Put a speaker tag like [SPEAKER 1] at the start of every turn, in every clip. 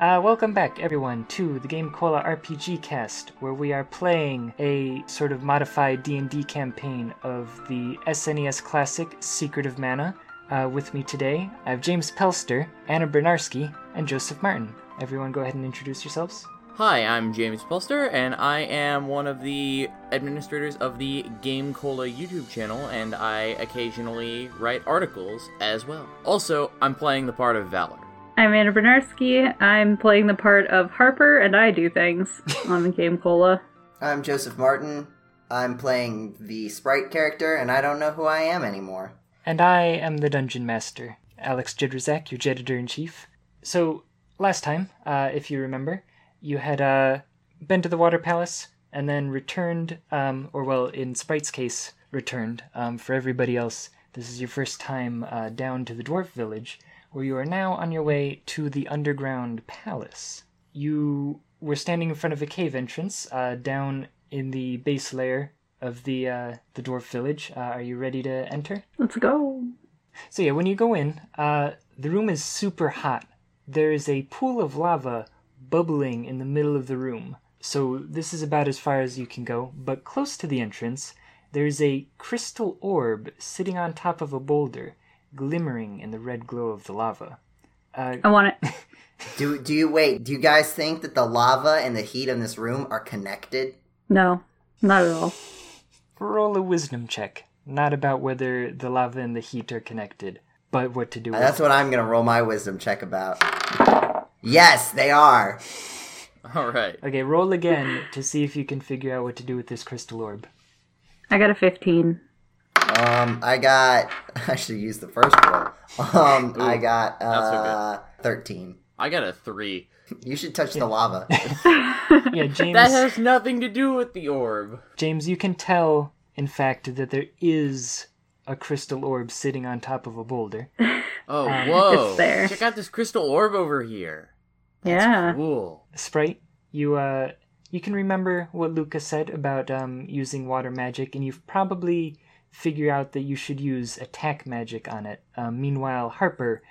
[SPEAKER 1] Uh, welcome back, everyone, to the Game Cola RPG Cast, where we are playing a sort of modified D&D campaign of the SNES classic Secret of Mana. Uh, with me today, I have James Pelster, Anna Bernarski, and Joseph Martin. Everyone, go ahead and introduce yourselves.
[SPEAKER 2] Hi, I'm James Pelster, and I am one of the administrators of the Game Cola YouTube channel, and I occasionally write articles as well. Also, I'm playing the part of Valor.
[SPEAKER 3] I'm Anna Bernarski. I'm playing the part of Harper, and I do things on the game Cola.
[SPEAKER 4] I'm Joseph Martin. I'm playing the sprite character, and I don't know who I am anymore.
[SPEAKER 1] And I am the Dungeon Master, Alex Jedrzak, your Jeditor in Chief. So, last time, uh, if you remember, you had uh, been to the Water Palace and then returned, um, or well, in Sprite's case, returned. Um, for everybody else, this is your first time uh, down to the Dwarf Village, where you are now on your way to the Underground Palace. You were standing in front of a cave entrance uh, down in the base layer of the uh, the Dwarf Village. Uh, are you ready to enter?
[SPEAKER 3] Let's go.
[SPEAKER 1] So yeah, when you go in, uh, the room is super hot. There is a pool of lava bubbling in the middle of the room. So this is about as far as you can go, but close to the entrance, there is a crystal orb sitting on top of a boulder, glimmering in the red glow of the lava. Uh,
[SPEAKER 3] I want it.
[SPEAKER 4] Do do you wait? Do you guys think that the lava and the heat in this room are connected?
[SPEAKER 3] No, not at all.
[SPEAKER 1] roll a wisdom check, not about whether the lava and the heat are connected, but what to do.
[SPEAKER 4] Uh,
[SPEAKER 1] With.
[SPEAKER 4] That's what I'm gonna roll my wisdom check about. Yes, they are.
[SPEAKER 2] All right.
[SPEAKER 1] it. Okay, roll again to see if you can figure out what to do with this crystal orb.
[SPEAKER 3] I got a 15.
[SPEAKER 4] Um, I got. I should use the first roll. Um, I got
[SPEAKER 2] so good.
[SPEAKER 4] uh, thirteen.
[SPEAKER 2] I got a three.
[SPEAKER 4] You should touch the lava.
[SPEAKER 1] Yeah, James.
[SPEAKER 2] That has nothing to do with the orb.
[SPEAKER 1] James, you can tell, in fact, that there is a crystal orb sitting on top of a boulder.
[SPEAKER 2] Oh, whoa.
[SPEAKER 3] Uh, it's there.
[SPEAKER 2] Check out this crystal orb over here.
[SPEAKER 3] yeah.
[SPEAKER 2] Cool.
[SPEAKER 1] Sprite, you uh, you can remember what Luca said about um, using water magic, and you've probably figured out that you should use attack magic on it. Um, meanwhile, Harper,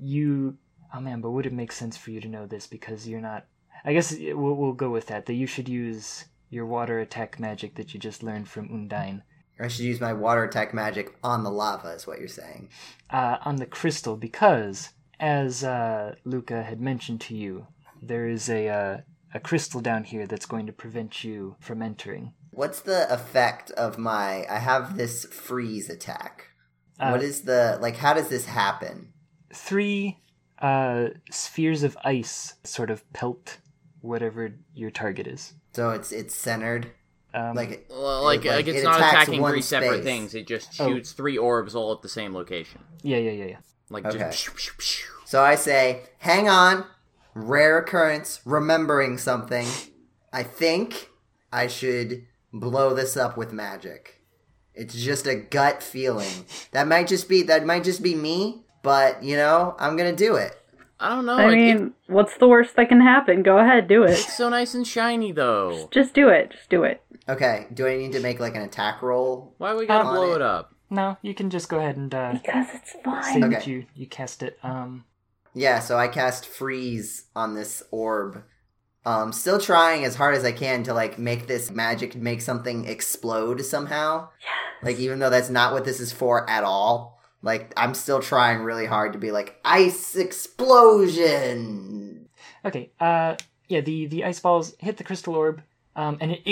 [SPEAKER 1] you oh man, but would it make sense for you to know this because you're not? I guess it- we'll, we'll go with that. That you should use your water attack magic that you just learned from Undine
[SPEAKER 4] I should use my water attack magic on the lava. Is what you're saying?
[SPEAKER 1] uh, on the crystal because, as uh, Luca had mentioned to you, there is a uh, a crystal down here that's going to prevent you from entering.
[SPEAKER 4] What's the effect of my? I have this freeze attack.
[SPEAKER 1] Uh,
[SPEAKER 4] what is the like? How does this happen?
[SPEAKER 1] Three uh, spheres of ice sort of pelt whatever your target is.
[SPEAKER 4] So it's it's centered.
[SPEAKER 1] Um,
[SPEAKER 4] Like
[SPEAKER 2] Well, like,
[SPEAKER 4] Like,
[SPEAKER 2] like it's
[SPEAKER 4] it
[SPEAKER 2] not
[SPEAKER 4] attacks
[SPEAKER 2] attacking
[SPEAKER 4] one
[SPEAKER 2] three separate
[SPEAKER 4] space.
[SPEAKER 2] things. It just
[SPEAKER 1] Oh.
[SPEAKER 2] shoots three orbs all at the same location.
[SPEAKER 1] yeah, yeah, yeah, yeah.
[SPEAKER 2] Like
[SPEAKER 4] Okay.
[SPEAKER 2] just.
[SPEAKER 4] so, I say, hang on. Rare occurrence. Remembering something. I think I should blow this up with magic. It's just a gut feeling. That might just be that might just be me, but you know I'm gonna do it.
[SPEAKER 2] I don't know.
[SPEAKER 3] I
[SPEAKER 2] like, it-
[SPEAKER 3] mean, what's the worst that can happen? Go ahead, do it.
[SPEAKER 2] it's so nice and shiny though.
[SPEAKER 3] Just do it. Just do it.
[SPEAKER 4] Okay. Do I need to make like an attack roll?
[SPEAKER 2] Why we gotta
[SPEAKER 4] Um,
[SPEAKER 2] blow it up?
[SPEAKER 1] No, you can just go ahead and uh,
[SPEAKER 3] Because it's
[SPEAKER 1] say
[SPEAKER 3] fine.
[SPEAKER 1] that
[SPEAKER 4] Okay.
[SPEAKER 1] you you cast it. Um,
[SPEAKER 4] Yeah. So I cast freeze on this orb. Um, still trying as hard as I can to like make this magic make something explode somehow. Like even though that's not what this is for at all, like I'm still trying really hard to be like ice explosion.
[SPEAKER 1] Okay. Uh, yeah. The the ice balls hit the crystal orb, um, and it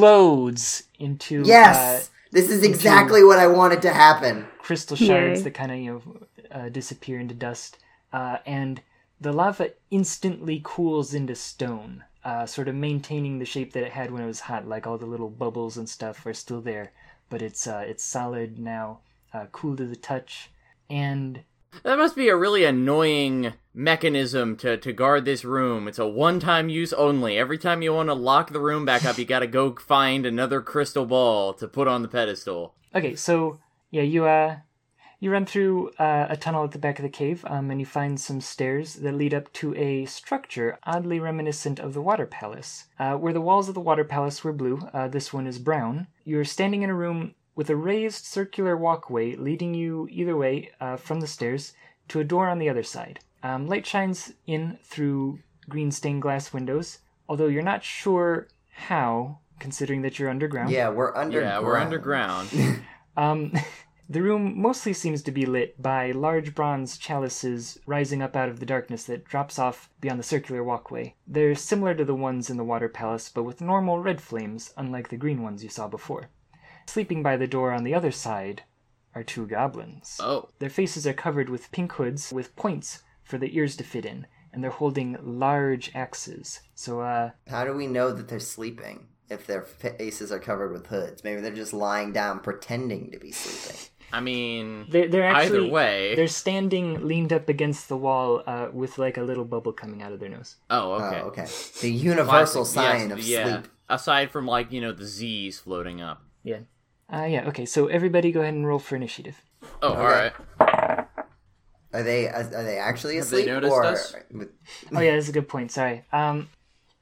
[SPEAKER 1] explodes into uh,
[SPEAKER 4] Yes, this is exactly what I wanted to happen.
[SPEAKER 1] crystal shards
[SPEAKER 3] Yay.
[SPEAKER 1] that kind of you know uh, disappear into dust, uh, and the lava instantly cools into stone, uh, sort of maintaining the shape that it had when it was hot. Like all the little bubbles and stuff are still there, but it's uh, it's solid now, uh, cool to the touch, and
[SPEAKER 2] That must be a really annoying mechanism to, to guard this room. It's a one time use only. Every time you want to lock the room back up, you gotta go find another crystal ball to put on the pedestal.
[SPEAKER 1] Okay, so yeah, you uh, you run through uh, a tunnel at the back of the cave, um, and you find some stairs that lead up to a structure oddly reminiscent of the Water Palace. Uh, where the walls of the Water Palace were blue, uh, this one is brown. You're standing in a room with a raised circular walkway leading you either way uh, from the stairs to a door on the other side. Um, light shines in through green stained glass windows, although you're not sure how, considering that you're underground.
[SPEAKER 4] Yeah, we're underground.
[SPEAKER 2] Yeah, we're underground.
[SPEAKER 1] Um, the room mostly seems to be lit by large bronze chalices rising up out of the darkness that drops off beyond the circular walkway. They're similar to the ones in the Water Palace, but with normal red flames, unlike the green ones you saw before. Sleeping by the door on the other side are two goblins.
[SPEAKER 2] oh,
[SPEAKER 1] Their faces are covered with pink hoods with points for their ears to fit in, and they're holding large axes. So, uh,
[SPEAKER 4] How do we know that they're sleeping if their faces are covered with hoods? Maybe they're just lying down pretending to be sleeping.
[SPEAKER 2] I mean,
[SPEAKER 1] they're, they're actually.
[SPEAKER 2] either way.
[SPEAKER 1] They're standing leaned up against the wall uh, with like a little bubble coming out of their nose.
[SPEAKER 2] Oh, okay.
[SPEAKER 4] Oh, okay. The universal
[SPEAKER 2] Classic,
[SPEAKER 4] sign
[SPEAKER 2] yes,
[SPEAKER 4] of
[SPEAKER 2] yeah.
[SPEAKER 4] sleep.
[SPEAKER 2] Aside from like you know the Z's floating up.
[SPEAKER 1] Yeah. Uh, yeah, okay, so everybody go ahead and roll for initiative.
[SPEAKER 2] Oh, all right.
[SPEAKER 4] Are they uh, are they actually
[SPEAKER 2] they
[SPEAKER 4] asleep
[SPEAKER 2] noticed
[SPEAKER 4] or
[SPEAKER 2] us?
[SPEAKER 1] Oh, yeah, that's a good point, sorry. Um,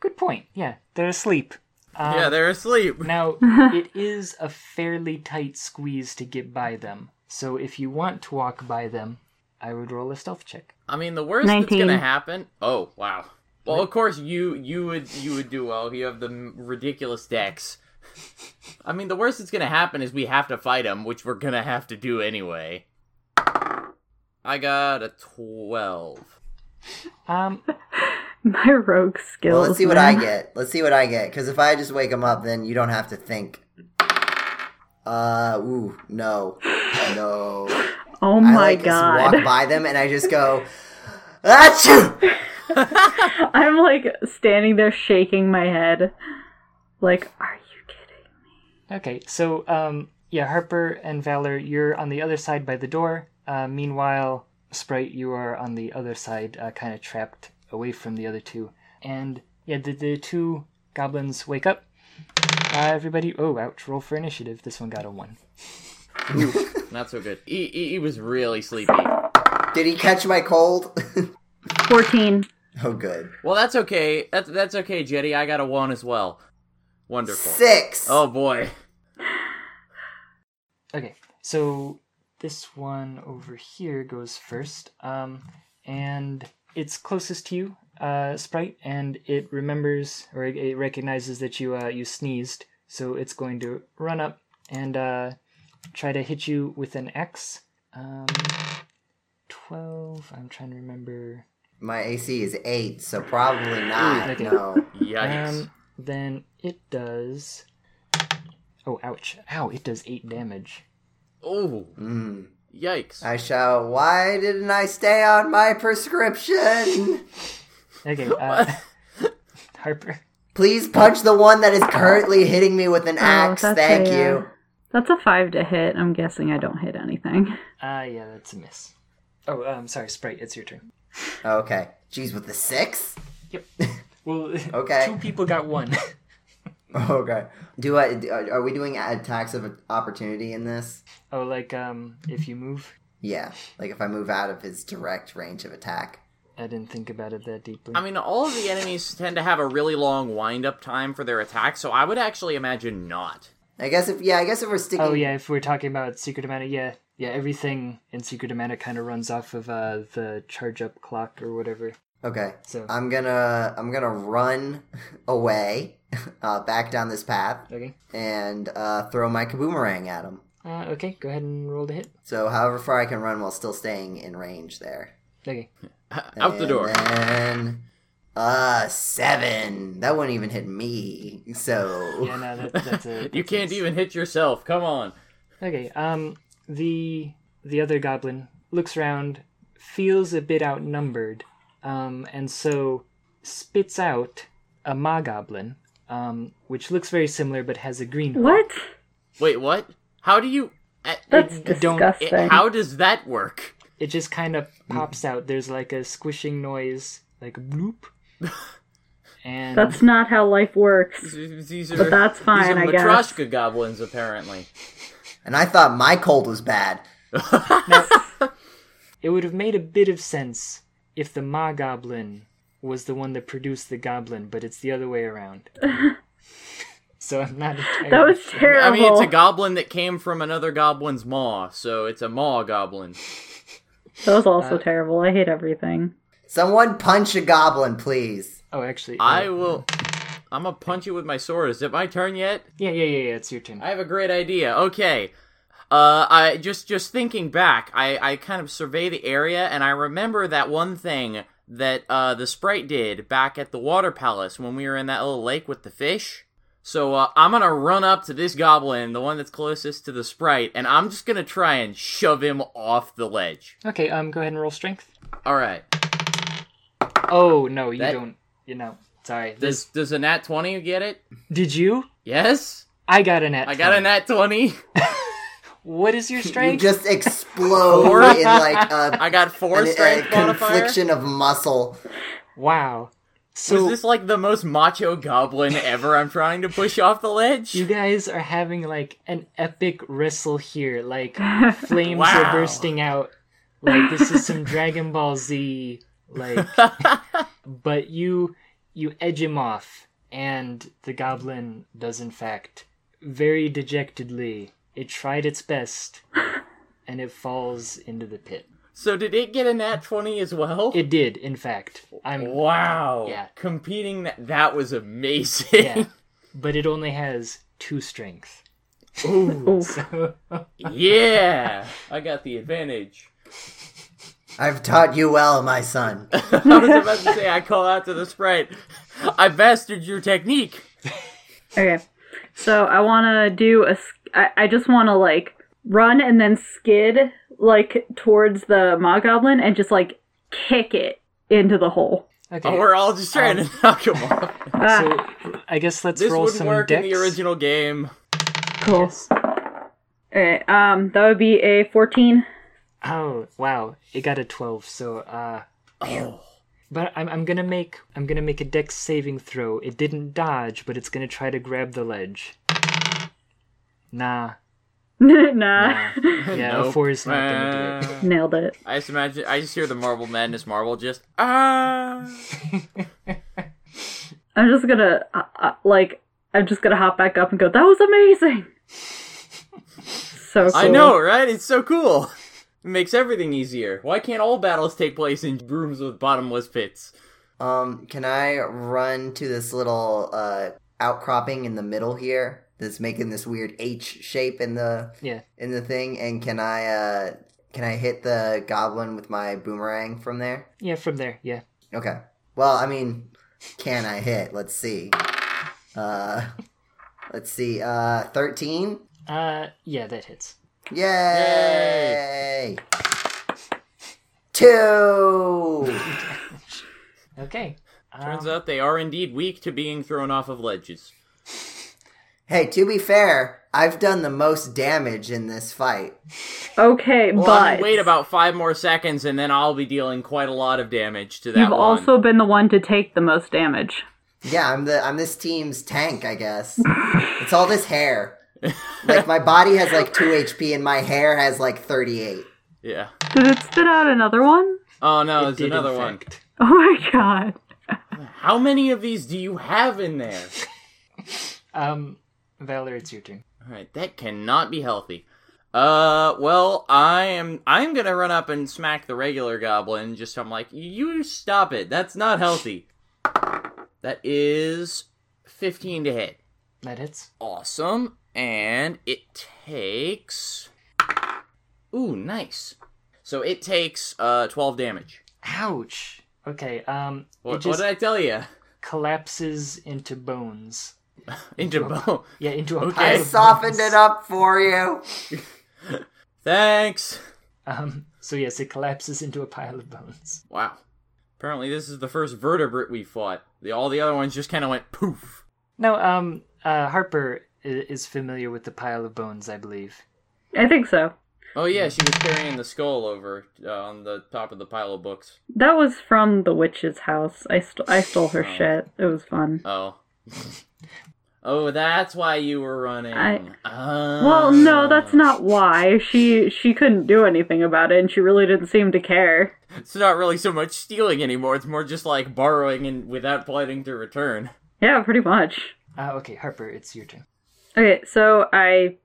[SPEAKER 1] good point, yeah, they're asleep. Um,
[SPEAKER 2] yeah, they're asleep.
[SPEAKER 1] Now, it is a fairly tight squeeze to get by them, so if you want to walk by them, I would roll a stealth check.
[SPEAKER 2] I mean, the worst that's
[SPEAKER 3] 19.
[SPEAKER 2] gonna happen. Oh wow. Well, of course you you would you would do well. You have the m- ridiculous decks. I mean, the worst that's gonna happen is we have to fight him, which we're gonna have to do anyway. I got a twelve.
[SPEAKER 1] Um,
[SPEAKER 3] My rogue skills.
[SPEAKER 4] Well, let's see what I
[SPEAKER 3] man.
[SPEAKER 4] get. Let's see what I get. Because if I just wake them up, then you don't have to think. Uh, ooh, no, no.
[SPEAKER 3] Oh my
[SPEAKER 4] I like
[SPEAKER 3] god.
[SPEAKER 4] just walk by them and I just go, Achoo!
[SPEAKER 3] I'm like standing there shaking my head. Like, are you kidding?
[SPEAKER 1] Okay, so um, yeah, Harper and Valor, you're on the other side by the door. Uh, meanwhile, Sprite, you are on the other side, uh, kind of trapped away from the other two. And yeah, the, the two goblins wake up. Uh, everybody, oh, ouch, roll for initiative. This one got a one.
[SPEAKER 2] Not so good. He, he, he was really sleepy.
[SPEAKER 4] Did he catch my cold?
[SPEAKER 3] 14.
[SPEAKER 4] oh, good.
[SPEAKER 2] Well, that's okay. That's that's okay, Jetty. I got a one as well. Wonderful.
[SPEAKER 4] Six.
[SPEAKER 2] Oh boy.
[SPEAKER 1] Okay, so this one over here goes first, um, and it's closest to you, uh, Sprite, and it remembers or it, it recognizes that you uh, you sneezed, so it's going to run up and uh, try to hit you with an axe. Um, Twelve. I'm trying to remember.
[SPEAKER 4] My AC is eight, so probably not.
[SPEAKER 1] okay.
[SPEAKER 4] No.
[SPEAKER 2] Yikes.
[SPEAKER 1] Um, then it does. Oh, ouch! Ow! It does eight damage.
[SPEAKER 2] oh,
[SPEAKER 4] Mm.
[SPEAKER 2] yikes.
[SPEAKER 4] I shout, Why didn't I stay on my prescription?
[SPEAKER 1] Okay, uh, Harper.
[SPEAKER 4] Please punch the one that is currently hitting me
[SPEAKER 1] Oh,
[SPEAKER 4] with an axe.
[SPEAKER 3] that's
[SPEAKER 4] Thank
[SPEAKER 3] a, uh,
[SPEAKER 4] you.
[SPEAKER 3] That's a 5 to hit. I'm guessing I don't hit anything.
[SPEAKER 1] Ah, yeah, that's a miss. Oh, um, sorry, Sprite, it's your turn.
[SPEAKER 4] Okay. Jeez, with the six?
[SPEAKER 1] Yep. Well,
[SPEAKER 4] Okay.
[SPEAKER 1] two people got one.
[SPEAKER 4] Okay. Do I? do- Are we doing attacks of opportunity in this?
[SPEAKER 1] oh, like, um, if you move?
[SPEAKER 4] Yeah. Like if I move out of his direct range of attack.
[SPEAKER 1] I didn't think about it that deeply.
[SPEAKER 2] I mean, all of the enemies tend to have a really long wind up time for their attacks, so I would actually imagine not.
[SPEAKER 4] I guess if yeah, I guess if we're sticking.
[SPEAKER 1] oh, yeah, if we're talking about Secret of Mana, yeah. Yeah, everything in Secret of Mana kind of runs off of uh, the charge up clock or whatever.
[SPEAKER 4] Okay.
[SPEAKER 1] So,
[SPEAKER 4] I'm gonna I'm gonna run away, uh, back down this path,
[SPEAKER 1] okay.
[SPEAKER 4] and uh, throw my kaboomerang at him.
[SPEAKER 1] Uh, okay, go ahead and roll the hit.
[SPEAKER 4] So however far I can run while still staying in range there.
[SPEAKER 1] Okay.
[SPEAKER 2] Out the
[SPEAKER 4] And
[SPEAKER 2] door.
[SPEAKER 4] Then, uh, seven. That wouldn't even hit me. So
[SPEAKER 1] Yeah, no, that, that's a.
[SPEAKER 2] You can't even hit yourself. Come on.
[SPEAKER 1] Okay. Um. The the other goblin looks around, feels a bit outnumbered, um, and so spits out a ma goblin, um, which looks very similar but has a green. hood.
[SPEAKER 3] What?
[SPEAKER 2] Wait, what? How do you? uh,
[SPEAKER 3] That's
[SPEAKER 2] it-
[SPEAKER 1] don't-
[SPEAKER 3] disgusting.
[SPEAKER 2] it- how does that work?
[SPEAKER 1] It just kind of pops out. There's like a squishing noise, like bloop, and
[SPEAKER 3] That's not how life works.
[SPEAKER 2] These are,
[SPEAKER 3] But that's fine, I
[SPEAKER 2] These are
[SPEAKER 3] guess.
[SPEAKER 2] Matryoshka goblins, apparently.
[SPEAKER 4] And I thought my cold was bad.
[SPEAKER 1] it would have made a bit of sense if the ma goblin was the one that produced the goblin, but it's the other way around. so I'm not. Entirely
[SPEAKER 3] That was
[SPEAKER 1] sure.
[SPEAKER 2] I
[SPEAKER 3] terrible.
[SPEAKER 2] mean, it's a goblin that came from another goblin's maw, so it's a maw goblin. Uh,
[SPEAKER 3] that was also terrible. I hate everything.
[SPEAKER 4] Someone punch a goblin, please.
[SPEAKER 1] Oh, actually, uh,
[SPEAKER 2] I will. I'm gonna punch you with my sword. Is it my turn yet?
[SPEAKER 1] yeah, yeah, yeah, yeah. It's your turn.
[SPEAKER 2] I have a great idea. Okay. Uh, I just just thinking back, I, I kind of survey the area and I remember that one thing that uh, the sprite did back at the water palace when we were in that little lake with the fish. So uh, I'm gonna run up to this goblin, the one that's closest to the sprite, and I'm just gonna try and shove him off the ledge.
[SPEAKER 1] Okay, um, go ahead and roll strength.
[SPEAKER 2] All right.
[SPEAKER 1] Oh no, you
[SPEAKER 2] That-
[SPEAKER 1] don't. You know, sorry.
[SPEAKER 2] Does does a nat twenty get it?
[SPEAKER 1] Did you?
[SPEAKER 2] Yes.
[SPEAKER 1] I got an at.
[SPEAKER 2] I got a
[SPEAKER 1] 20.
[SPEAKER 2] nat twenty.
[SPEAKER 1] What is your
[SPEAKER 4] You
[SPEAKER 1] strength?
[SPEAKER 4] just explode in like a,
[SPEAKER 2] I got four
[SPEAKER 4] an- a
[SPEAKER 2] strength modifier.
[SPEAKER 4] confliction of muscle.
[SPEAKER 1] Wow. So
[SPEAKER 2] Is this like the most macho goblin ever I'm trying to push off the ledge?
[SPEAKER 1] you guys are having like an epic wrestle here. Like flames
[SPEAKER 2] Wow.
[SPEAKER 1] are bursting out. Like this is some Dragon Ball Z. Like, but you you edge him off, and the goblin does in fact very dejectedly. It tried its best, and it falls into the pit.
[SPEAKER 2] so did it get a nat 20 as well?
[SPEAKER 1] It did, in fact. I'm
[SPEAKER 2] wow.
[SPEAKER 1] Yeah.
[SPEAKER 2] Competing that that was amazing.
[SPEAKER 1] yeah, but it only has two strength.
[SPEAKER 3] Oof.
[SPEAKER 2] Yeah. I got the advantage.
[SPEAKER 4] I've taught you well, my son.
[SPEAKER 2] I was about to say I call out to the sprite. I mastered your technique.
[SPEAKER 3] Okay. So I want to do a. s- I, I just want to like run and then skid like towards the Maw Goblin and just like kick it into the hole.
[SPEAKER 1] Okay.
[SPEAKER 2] Oh, we're all just trying to knock him off.
[SPEAKER 1] So I guess let's
[SPEAKER 2] This
[SPEAKER 1] roll
[SPEAKER 2] wouldn't
[SPEAKER 1] some
[SPEAKER 2] work
[SPEAKER 1] decks.
[SPEAKER 2] in the original game.
[SPEAKER 3] Cool. Alright, um, that would be a 14.
[SPEAKER 1] Oh wow, it got a twelve. So uh,
[SPEAKER 2] Oh.
[SPEAKER 1] but I'm I'm gonna make I'm gonna make a dex saving throw. It didn't dodge, but it's gonna try to grab the ledge. Nah,
[SPEAKER 3] nah,
[SPEAKER 1] yeah, a
[SPEAKER 2] Nope.
[SPEAKER 1] four is not gonna do it.
[SPEAKER 2] Uh,
[SPEAKER 3] nailed it.
[SPEAKER 2] I just imagine. I just hear the marble madness marble just ah.
[SPEAKER 3] I'm just gonna, uh, uh, like, I'm just gonna hop back up and go, that was amazing! so cool.
[SPEAKER 2] I know, right? It's so cool. It makes everything easier. Why can't all battles take place in rooms with bottomless pits?
[SPEAKER 4] Um, can I run to this little uh outcropping in the middle here that's making this weird H shape in the
[SPEAKER 1] Yeah,
[SPEAKER 4] in the thing? And can I uh can I hit the goblin with my boomerang from there?
[SPEAKER 1] yeah, from there, yeah.
[SPEAKER 4] Okay. Well, I mean, can I hit? Let's see. Uh, let's see. Uh, thirteen.
[SPEAKER 1] Uh, yeah, that hits.
[SPEAKER 4] Yay! Two.
[SPEAKER 1] Okay.
[SPEAKER 2] Turns
[SPEAKER 1] um,
[SPEAKER 2] out they are indeed weak to being thrown off of ledges.
[SPEAKER 4] hey, to be fair, I've done the most damage in this fight.
[SPEAKER 3] Okay,
[SPEAKER 2] Well, I mean,
[SPEAKER 3] but.
[SPEAKER 2] wait about five more seconds, and then I'll be dealing quite a lot of damage to that
[SPEAKER 3] You've
[SPEAKER 2] one.
[SPEAKER 3] also been the one to take the most damage.
[SPEAKER 4] Yeah, I'm the I'm this team's tank, I guess. it's all this hair. Like my body has like two HP and my hair has like thirty eight.
[SPEAKER 2] yeah.
[SPEAKER 3] Did it spit out another one?
[SPEAKER 2] Oh no,
[SPEAKER 1] it
[SPEAKER 2] there's
[SPEAKER 1] did, in
[SPEAKER 2] another one.
[SPEAKER 1] fact.
[SPEAKER 3] Oh my god.
[SPEAKER 2] How many of these do you have in there?
[SPEAKER 1] Um, Valor, it's your turn.
[SPEAKER 2] All right, that cannot be healthy. Uh, well, I am. I'm gonna run up and smack the regular goblin. Just I'm like, you stop it. That's not healthy. That is fifteen to hit.
[SPEAKER 1] That hits.
[SPEAKER 2] Awesome, and it takes. Ooh, nice. So it takes uh twelve damage.
[SPEAKER 1] Ouch. Okay. Um,
[SPEAKER 2] What,
[SPEAKER 1] it just
[SPEAKER 2] what did I tell you?
[SPEAKER 1] collapses into bones.
[SPEAKER 2] Into bone.
[SPEAKER 1] Yeah, into a
[SPEAKER 2] Okay.
[SPEAKER 1] pile
[SPEAKER 4] I
[SPEAKER 1] of
[SPEAKER 4] softened
[SPEAKER 1] bones.
[SPEAKER 4] it up for you.
[SPEAKER 2] Thanks.
[SPEAKER 1] Um, so yes, it collapses into a pile of bones.
[SPEAKER 2] Wow. Apparently, this is the first vertebrate we fought. The, all the other ones just kind of went poof.
[SPEAKER 1] No, um, uh, Harper i- is familiar with the pile of bones, I believe.
[SPEAKER 3] I think so.
[SPEAKER 2] Oh yeah, she was carrying the skull over uh, on the top of the pile of books.
[SPEAKER 3] That was from the witch's house. I, st- I stole her shit. It was fun.
[SPEAKER 2] Oh. oh, that's why you were running.
[SPEAKER 3] I-
[SPEAKER 2] Ah.
[SPEAKER 3] Well, no, that's not why. She she couldn't do anything about it, and she really didn't seem to care.
[SPEAKER 2] It's not really so much stealing anymore. It's more just like borrowing and without planning to return.
[SPEAKER 3] Yeah, pretty much.
[SPEAKER 1] Uh, okay, Harper, it's your turn.
[SPEAKER 3] Okay, so I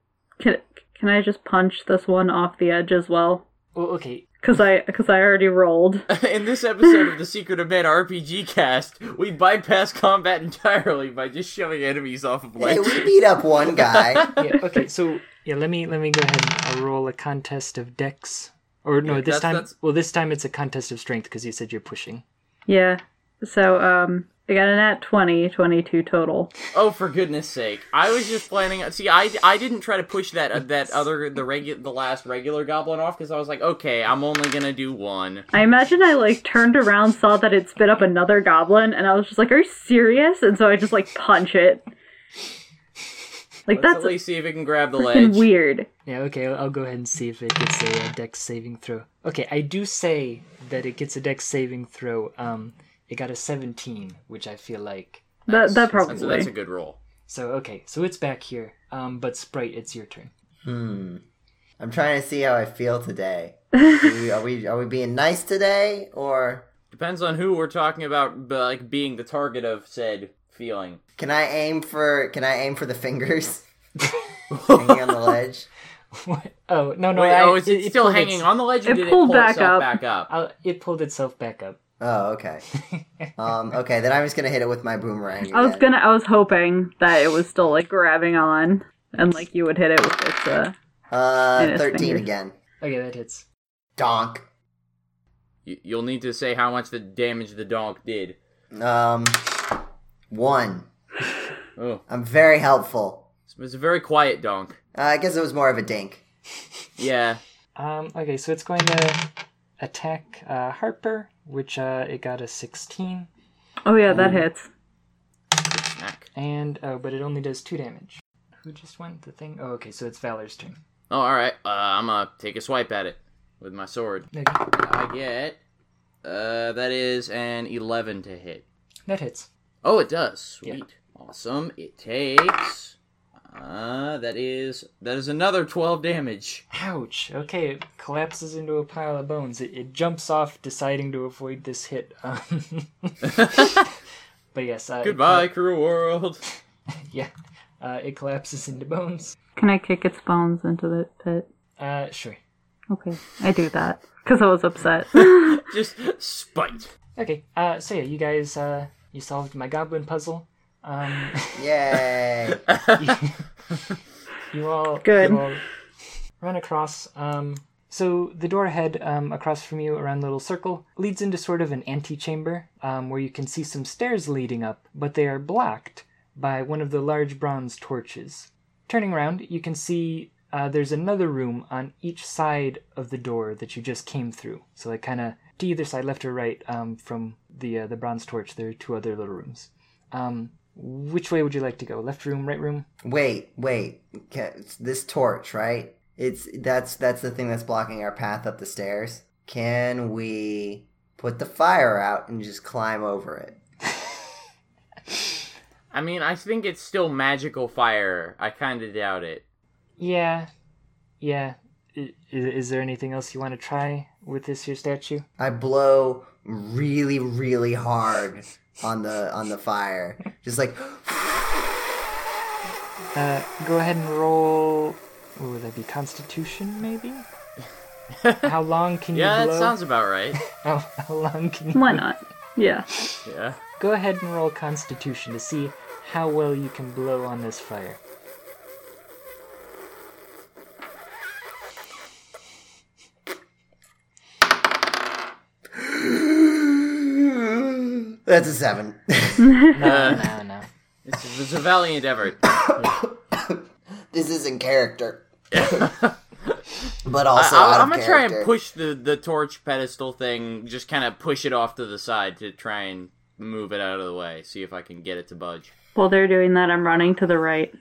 [SPEAKER 3] can can I just punch this one off the edge as well?
[SPEAKER 1] Oh, okay.
[SPEAKER 3] because I because I already rolled.
[SPEAKER 2] In this episode of the Secret of Mana RPG cast, we bypass combat entirely by just shoving enemies off of
[SPEAKER 4] Hey, we
[SPEAKER 2] ledges.
[SPEAKER 4] beat up one guy.
[SPEAKER 1] yeah, okay, so yeah, let me let me go ahead and I'll roll a contest of dex. Or no,
[SPEAKER 2] Yeah,
[SPEAKER 1] this
[SPEAKER 2] that's-
[SPEAKER 1] time
[SPEAKER 2] that's-
[SPEAKER 1] well this time it's a contest of strength because you said you're pushing.
[SPEAKER 3] Yeah. So um, I got an at 20, 22 total.
[SPEAKER 2] Oh, for goodness sake! I was just planning. See, I, I didn't try to push that uh, that other the regu- the last regular goblin off because I was like, okay, I'm only gonna do one.
[SPEAKER 3] I imagine I like turned around, saw that it spit up another goblin, and I was just like, "Are you serious?" And so I just like punch it. Like
[SPEAKER 2] Let's at
[SPEAKER 3] that's
[SPEAKER 2] least see if it can grab the
[SPEAKER 3] freaking
[SPEAKER 2] ledge.
[SPEAKER 3] weird.
[SPEAKER 1] Yeah, okay, I'll, I'll go ahead and see if it gets a, uh dex saving throw. Okay, I do say that it gets a dex saving throw. Um, it got a 17, which I feel like.
[SPEAKER 3] That that probably.
[SPEAKER 2] That's, that's a good roll.
[SPEAKER 1] So okay, so it's back here. Um, but Sprite, it's your turn.
[SPEAKER 4] Hmm. I'm trying to see how I feel today. Do we- are we are we being nice today or
[SPEAKER 2] Depends on who we're talking about, but, like being the target of said feeling.
[SPEAKER 4] can I aim for can I aim for the fingers hanging on the ledge?
[SPEAKER 1] What? Oh no no!
[SPEAKER 2] Wait,
[SPEAKER 1] I,
[SPEAKER 2] oh, is it, still
[SPEAKER 1] pulled
[SPEAKER 2] hanging
[SPEAKER 1] its-
[SPEAKER 2] on the ledge? Or
[SPEAKER 3] It
[SPEAKER 2] did it
[SPEAKER 3] pulled
[SPEAKER 2] pull
[SPEAKER 3] back
[SPEAKER 2] itself
[SPEAKER 3] up.
[SPEAKER 2] back up?
[SPEAKER 1] I'll- it pulled itself back up.
[SPEAKER 4] Oh, okay. Um, okay, then I'm just gonna hit it with my boomerang.
[SPEAKER 3] I was
[SPEAKER 4] again.
[SPEAKER 3] gonna. I was hoping that it was still like grabbing on, and like you would hit it with its. Uh...
[SPEAKER 4] Uh,
[SPEAKER 3] Hit its
[SPEAKER 4] thirteen
[SPEAKER 3] fingers.
[SPEAKER 4] again.
[SPEAKER 1] Okay, that hits.
[SPEAKER 4] Donk.
[SPEAKER 2] You, you'll need to say how much the damage the donk did.
[SPEAKER 4] Um, one.
[SPEAKER 2] Oh,
[SPEAKER 4] I'm very helpful.
[SPEAKER 2] it was a very quiet donk.
[SPEAKER 4] Uh, I guess it was more of a dink.
[SPEAKER 2] Yeah,
[SPEAKER 1] Um, okay, so it's going to attack uh, Harper, which uh, it got a 16,
[SPEAKER 3] Oh yeah, that hits.
[SPEAKER 2] snack.
[SPEAKER 1] and oh, but it only does two damage. Who just went the thing? Oh, okay, so it's Valor's turn.
[SPEAKER 2] Oh, all right. Uh, I'm gonna take a swipe at it with my sword.
[SPEAKER 1] Okay,
[SPEAKER 2] I get. Uh, that is an eleven to hit.
[SPEAKER 1] that hits.
[SPEAKER 2] Oh, it does.
[SPEAKER 1] Yeah.
[SPEAKER 2] Sweet. Awesome. It takes. Uh, that is that is another twelve damage.
[SPEAKER 1] Ouch. Okay, it collapses into a pile of bones. It, it jumps off, deciding to avoid this hit. Um, but yes, uh, it-
[SPEAKER 2] Goodbye, cruel world.
[SPEAKER 1] yeah, uh, it collapses into bones.
[SPEAKER 3] Can I kick its bones into the pit?
[SPEAKER 1] Uh, sure.
[SPEAKER 3] Okay, I do that because I was upset.
[SPEAKER 2] Just spite.
[SPEAKER 1] Okay. Uh, so yeah, you guys, uh, you solved my goblin puzzle. Um,
[SPEAKER 4] Yay!
[SPEAKER 1] you all
[SPEAKER 3] Good.
[SPEAKER 1] You all run across. Um, so the door ahead, um, across from you, around the little circle, leads into sort of an antechamber um, where you can see some stairs leading up, but they are blocked by one of the large bronze torches. Turning around, you can see uh, there's another room on each side of the door that you just came through. So, like, kind of to either side, left or right, um, from the uh, the bronze torch, there are two other little rooms. Um, which way would you like to go? Left room, right room?
[SPEAKER 4] wait, wait. Ca- it's This torch, right? It's that's that's the thing that's blocking our path up the stairs. Can we put the fire out and just climb over it?
[SPEAKER 2] I mean, I think it's still magical fire. I kind of doubt it.
[SPEAKER 1] Yeah, yeah. I- i- is there anything else you want to try with this here statue?
[SPEAKER 4] I blow really, really hard on the on the fire, just like
[SPEAKER 1] Uh, go ahead and roll. What would that be? Constitution, maybe. how long can you
[SPEAKER 2] Yeah, that
[SPEAKER 1] blow?
[SPEAKER 2] sounds about right.
[SPEAKER 1] How, how long can you?
[SPEAKER 3] Why not? Yeah.
[SPEAKER 2] yeah.
[SPEAKER 1] Go ahead and roll Constitution to see how well you can blow on this fire.
[SPEAKER 4] that's a seven.
[SPEAKER 2] Uh,
[SPEAKER 1] No, no, no.
[SPEAKER 2] It's, it's a valiant effort.
[SPEAKER 4] this is in character, but also
[SPEAKER 2] I,
[SPEAKER 4] out
[SPEAKER 2] am
[SPEAKER 4] of
[SPEAKER 2] gonna try
[SPEAKER 4] character.
[SPEAKER 2] and push the the torch pedestal thing. Just kind of push it off to the side to try and move it out of the way. See if I can get it to budge.
[SPEAKER 3] While they're doing that, I'm running to the right.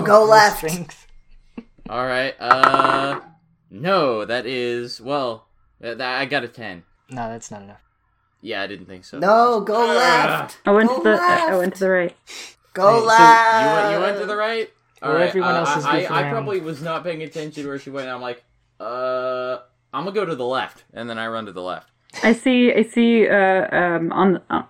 [SPEAKER 4] go left.
[SPEAKER 1] Strength.
[SPEAKER 2] All right. Uh, no, that is well. That, that- I got a ten.
[SPEAKER 1] No, that's not enough.
[SPEAKER 2] Yeah, I didn't think so.
[SPEAKER 4] No, go left.
[SPEAKER 3] I went
[SPEAKER 4] go
[SPEAKER 3] to the.
[SPEAKER 4] Left.
[SPEAKER 3] I went to the right.
[SPEAKER 4] Go
[SPEAKER 1] Hey,
[SPEAKER 2] You
[SPEAKER 4] left.
[SPEAKER 2] went, you went to the right. All
[SPEAKER 1] Well,
[SPEAKER 2] right,
[SPEAKER 1] everyone
[SPEAKER 2] uh,
[SPEAKER 1] else is
[SPEAKER 2] I,
[SPEAKER 1] goofing
[SPEAKER 2] I, I
[SPEAKER 1] around.
[SPEAKER 2] probably was not paying attention where she went. I'm like, uh, I'm gonna go to the left, and then I run to the left.
[SPEAKER 3] I see. I see. Uh, um, on uh,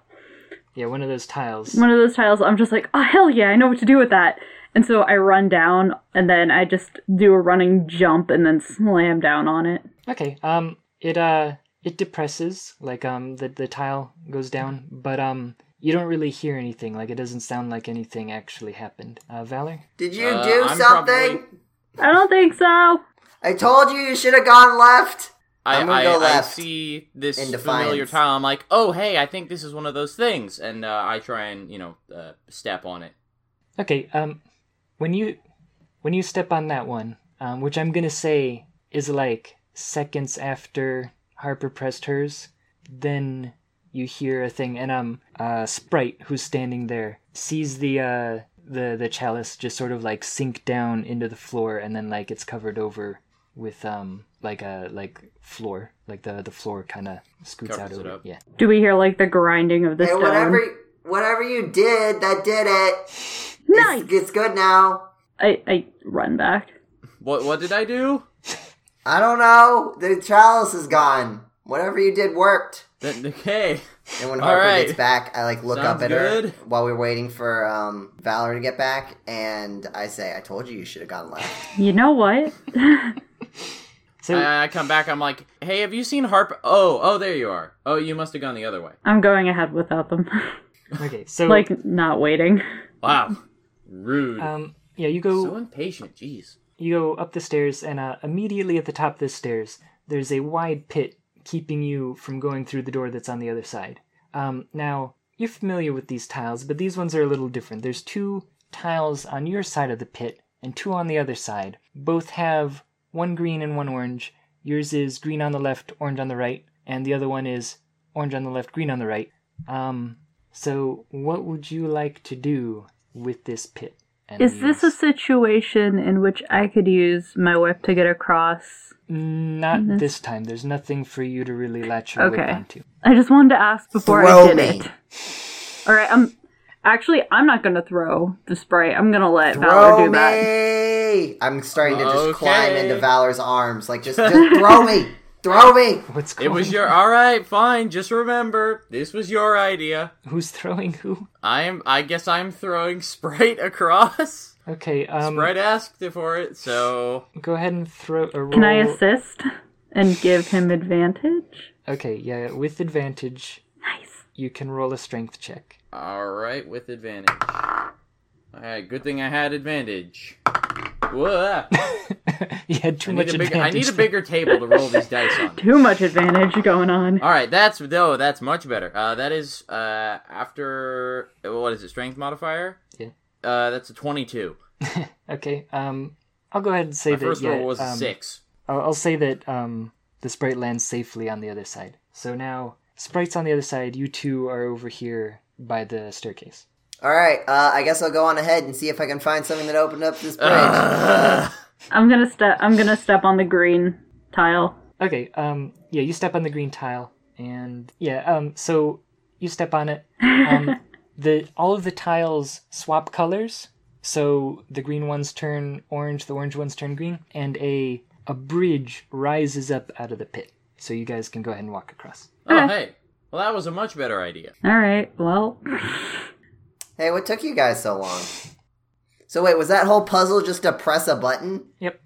[SPEAKER 1] Yeah, one of those tiles.
[SPEAKER 3] one of those tiles. I'm just like, oh hell yeah, I know what to do with that. And so I run down and then I just do a running jump and then slam down on it.
[SPEAKER 1] Okay. Um it uh it depresses, like um the the tile goes down, but um you don't really hear anything, like it doesn't sound like anything actually happened. Uh Valor?
[SPEAKER 4] Did you
[SPEAKER 2] Uh,
[SPEAKER 4] do
[SPEAKER 2] I'm
[SPEAKER 4] something?
[SPEAKER 2] probably-
[SPEAKER 3] I don't think so.
[SPEAKER 4] I told you you should have gone left.
[SPEAKER 2] I,
[SPEAKER 4] I'm gonna
[SPEAKER 2] I,
[SPEAKER 4] go
[SPEAKER 2] I
[SPEAKER 4] left
[SPEAKER 2] see this
[SPEAKER 4] in
[SPEAKER 2] familiar
[SPEAKER 4] defiance.
[SPEAKER 2] tile. I'm like, oh hey, I think this is one of those things, and uh, I try and you know uh, step on it.
[SPEAKER 1] Okay, um when you when you step on that one, um which I'm going to say is like seconds after Harper pressed hers, then you hear a thing and um uh Sprite who's standing there sees the uh the the chalice just sort of like sink down into the floor and then like it's covered over with um like a like floor like the the floor kind of scoots out
[SPEAKER 2] Covers it
[SPEAKER 1] over
[SPEAKER 2] up.
[SPEAKER 1] yeah
[SPEAKER 3] Do we hear like the grinding of the
[SPEAKER 4] Hey,
[SPEAKER 3] stone?
[SPEAKER 4] whatever, whatever you did, that did it.
[SPEAKER 3] Nice.
[SPEAKER 4] It's, it's good now.
[SPEAKER 3] I, I run back.
[SPEAKER 2] What what did I do?
[SPEAKER 4] I don't know. The chalice is gone. Whatever you did worked.
[SPEAKER 2] Then- okay,
[SPEAKER 4] And when
[SPEAKER 2] All
[SPEAKER 4] Harper
[SPEAKER 2] right.
[SPEAKER 4] gets back, I like look
[SPEAKER 2] Sounds
[SPEAKER 4] up at her
[SPEAKER 2] good.
[SPEAKER 4] while we're waiting for um, Valerie to get back, and I say, "I told you you should have gone left."
[SPEAKER 3] You know what?
[SPEAKER 1] so
[SPEAKER 2] I, I come back. I'm like, hey, have you seen Harper? Oh oh, there you are. Oh, you must have gone the other way.
[SPEAKER 3] I'm going ahead without them.
[SPEAKER 1] okay so
[SPEAKER 3] like, not waiting.
[SPEAKER 2] Wow, rude.
[SPEAKER 1] um yeah you go
[SPEAKER 2] so impatient. Jeez.
[SPEAKER 1] You go up the stairs, and uh, immediately at the top of the stairs, there's a wide pit keeping you from going through the door that's on the other side. Um, now, you're familiar with these tiles, but these ones are a little different. There's two tiles on your side of the pit and two on the other side. Both have one green and one orange. Yours is green on the left, orange on the right, and the other one is orange on the left, green on the right. Um, so, what would you like to do with this pit? and
[SPEAKER 3] Is this a
[SPEAKER 1] these?
[SPEAKER 3] situation in which I could use my whip to get across?
[SPEAKER 1] Not this time. There's nothing for you to really latch your whip
[SPEAKER 3] Mm-hmm. Okay.
[SPEAKER 1] onto.
[SPEAKER 3] I just wanted to ask before
[SPEAKER 4] Throw
[SPEAKER 3] I did
[SPEAKER 4] me.
[SPEAKER 3] it. All right, I'm actually I'm not gonna throw the spray. I'm gonna let Valor
[SPEAKER 4] throw
[SPEAKER 3] do that.
[SPEAKER 4] me! I'm starting to just climb
[SPEAKER 2] Okay.
[SPEAKER 4] into Valor's arms, like just, just throw me, throw me.
[SPEAKER 1] What's going
[SPEAKER 2] It was your all right, fine. Just remember, this was your idea.
[SPEAKER 1] Who's throwing who?
[SPEAKER 2] I am. I guess I'm throwing Sprite across.
[SPEAKER 1] Okay, um,
[SPEAKER 2] Sprite asked for it, so
[SPEAKER 1] go ahead and throw a roll.
[SPEAKER 3] Can I assist and give him advantage?
[SPEAKER 1] Okay, yeah, with advantage,
[SPEAKER 3] Nice.
[SPEAKER 1] you can roll a strength check.
[SPEAKER 2] all right with advantage. All right, good thing I had advantage. Whoa.
[SPEAKER 1] you had too
[SPEAKER 2] I
[SPEAKER 1] much
[SPEAKER 2] need, a bigger, I
[SPEAKER 1] advantage.
[SPEAKER 2] need a
[SPEAKER 1] there.
[SPEAKER 2] bigger table to roll these dice on.
[SPEAKER 3] Too much advantage going on.
[SPEAKER 2] All right, that's though that's much better. Uh, that is uh, after what is it? Strength modifier.
[SPEAKER 1] Yeah.
[SPEAKER 2] Uh, that's a twenty-two.
[SPEAKER 1] Okay, um, I'll go ahead and say
[SPEAKER 2] My
[SPEAKER 1] that.
[SPEAKER 2] first
[SPEAKER 1] yeah,
[SPEAKER 2] roll was a
[SPEAKER 1] um,
[SPEAKER 2] six.
[SPEAKER 1] I'll, I'll say that um, the sprite lands safely on the other side. So now, sprite's on the other side. You two are over here by the staircase.
[SPEAKER 4] All right, uh, I guess I'll go on ahead and see if I can find something that opened up this bridge.
[SPEAKER 3] I'm gonna step. I'm gonna step on the green tile.
[SPEAKER 1] Okay, um yeah, you step on the green tile and yeah, um so you step on it. Um the all of the tiles swap colors. So the green ones turn orange, the orange ones turn green, and a a bridge rises up out of the pit. So you guys can go ahead and walk across.
[SPEAKER 2] Oh hey, well that was a much better idea.
[SPEAKER 3] All right. Well,
[SPEAKER 4] hey, what took you guys so long? So wait, was that whole puzzle just to press a button?
[SPEAKER 1] Yep.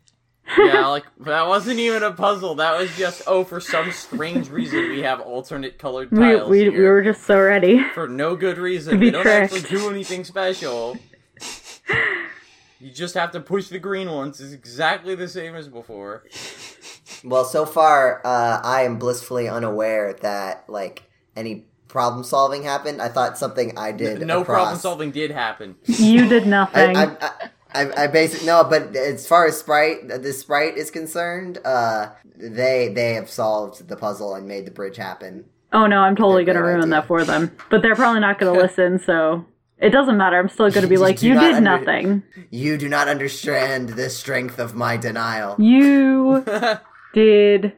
[SPEAKER 2] yeah, like that wasn't even a puzzle. That was just oh, for some strange reason we have alternate colored
[SPEAKER 3] we
[SPEAKER 2] tiles
[SPEAKER 3] we,
[SPEAKER 2] here
[SPEAKER 3] we were just so ready.
[SPEAKER 2] for no good reason.
[SPEAKER 3] be
[SPEAKER 2] They don't actually
[SPEAKER 3] tricked.
[SPEAKER 2] do anything special. you just have to push the green ones. It's exactly the same as before.
[SPEAKER 4] Well, so far, uh, I am blissfully unaware that like any problem solving happened. I thought something I did.
[SPEAKER 2] No
[SPEAKER 4] across-
[SPEAKER 2] problem solving did happen.
[SPEAKER 3] You did
[SPEAKER 4] I,
[SPEAKER 3] nothing.
[SPEAKER 4] I, I, I, I basically no, but as far as sprite, the sprite is concerned, uh, they they have solved the puzzle and made the bridge happen.
[SPEAKER 3] Oh no, I'm totally gonna
[SPEAKER 4] Great
[SPEAKER 3] ruin
[SPEAKER 4] idea.
[SPEAKER 3] that for them. But they're probably not gonna listen, so it doesn't matter. I'm still gonna be
[SPEAKER 4] Just
[SPEAKER 3] like,
[SPEAKER 4] do
[SPEAKER 3] you
[SPEAKER 4] not
[SPEAKER 3] did
[SPEAKER 4] under-
[SPEAKER 3] nothing.
[SPEAKER 4] You do not understand the strength of my denial.
[SPEAKER 3] You did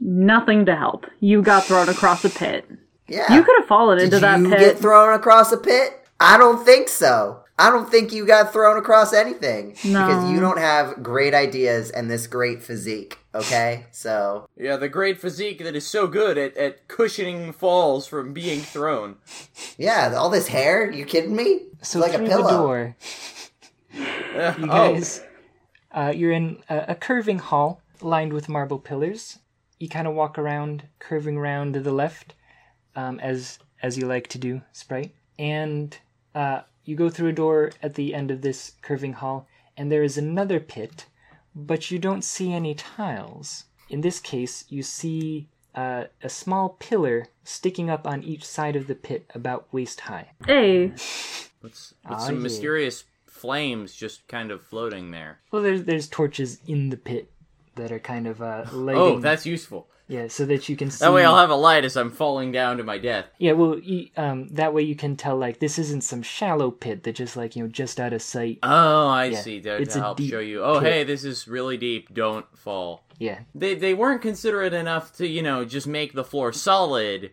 [SPEAKER 3] nothing to help. You got thrown across a pit.
[SPEAKER 4] Yeah,
[SPEAKER 3] You could have fallen
[SPEAKER 4] Ah, Did
[SPEAKER 3] into that
[SPEAKER 4] you
[SPEAKER 3] pit.
[SPEAKER 4] get thrown across a pit? I don't think so. I don't think you got thrown across anything
[SPEAKER 3] No.
[SPEAKER 4] because you don't have great ideas and this great physique. Okay, so
[SPEAKER 2] Yeah, the great physique that is so good at, at cushioning falls from being thrown.
[SPEAKER 4] yeah, all this hair. You kidding me? It's
[SPEAKER 1] So
[SPEAKER 4] like a
[SPEAKER 1] through
[SPEAKER 4] pillow.
[SPEAKER 1] the door
[SPEAKER 2] Uh,
[SPEAKER 1] You
[SPEAKER 2] oh.
[SPEAKER 1] guys, uh, you're in a, a curving hall lined with marble pillars. You kind of walk around, curving around to the left, um, as as you like to do, Sprite. And uh, you go through a door at the end of this curving hall, and there is another pit, but you don't see any tiles. In this case, you see uh, a small pillar sticking up on each side of the pit, about waist high.
[SPEAKER 3] Hey,
[SPEAKER 2] What's, what's
[SPEAKER 1] Ah,
[SPEAKER 2] some
[SPEAKER 1] yeah.
[SPEAKER 2] mysterious flames just kind of floating there?
[SPEAKER 1] Well, there's there's torches in the pit that are kind of uh, lighting.
[SPEAKER 2] Oh, Mm. that's useful.
[SPEAKER 1] yeah, so that you can see.
[SPEAKER 2] That way I'll have a light as I'm falling down to my death.
[SPEAKER 1] Yeah, well, you, um, that way you can tell like this isn't some shallow pit that just like you know just out of sight.
[SPEAKER 2] Oh, I
[SPEAKER 1] Yeah,
[SPEAKER 2] see. To,
[SPEAKER 1] it's
[SPEAKER 2] to
[SPEAKER 1] a
[SPEAKER 2] help
[SPEAKER 1] deep
[SPEAKER 2] show you. Oh,
[SPEAKER 1] pit.
[SPEAKER 2] hey, this is really deep. Don't fall.
[SPEAKER 1] Yeah,
[SPEAKER 2] They they weren't considerate enough to you know just make the floor solid,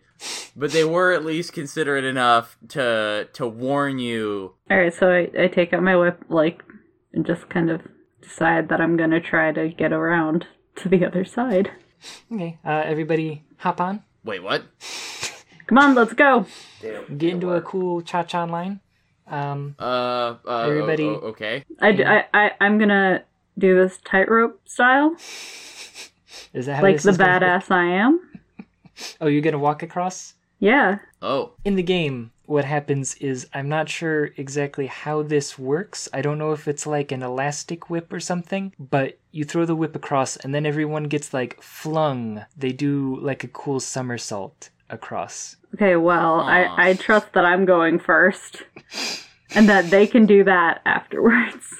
[SPEAKER 2] but they were at least considerate enough to to warn you.
[SPEAKER 3] all right. So I, I take out my whip, like, and just kind of decide that I'm gonna try to get around to the other side.
[SPEAKER 1] okay. Uh, everybody, hop on,
[SPEAKER 2] Wait, what?
[SPEAKER 3] Come on, let's go.
[SPEAKER 4] Dude,
[SPEAKER 1] get into a cool cha-cha line. Um,
[SPEAKER 2] Uh, uh o-
[SPEAKER 1] Everybody-
[SPEAKER 2] o- okay.
[SPEAKER 3] I, d- I, I am gonna do this tightrope style,
[SPEAKER 1] is that how
[SPEAKER 3] like
[SPEAKER 1] this
[SPEAKER 3] the
[SPEAKER 1] is gonna work?
[SPEAKER 3] badass I am.
[SPEAKER 1] Oh, you're gonna walk across.
[SPEAKER 3] Yeah.
[SPEAKER 2] Oh,
[SPEAKER 1] in the game, what happens is I'm not sure exactly how this works. I don't know if it's like an elastic whip or something, but you throw the whip across and then everyone gets like flung. They do like a cool somersault across.
[SPEAKER 3] Okay. Well,
[SPEAKER 2] Aw.
[SPEAKER 3] I I trust that I'm going first, and that they can do that afterwards.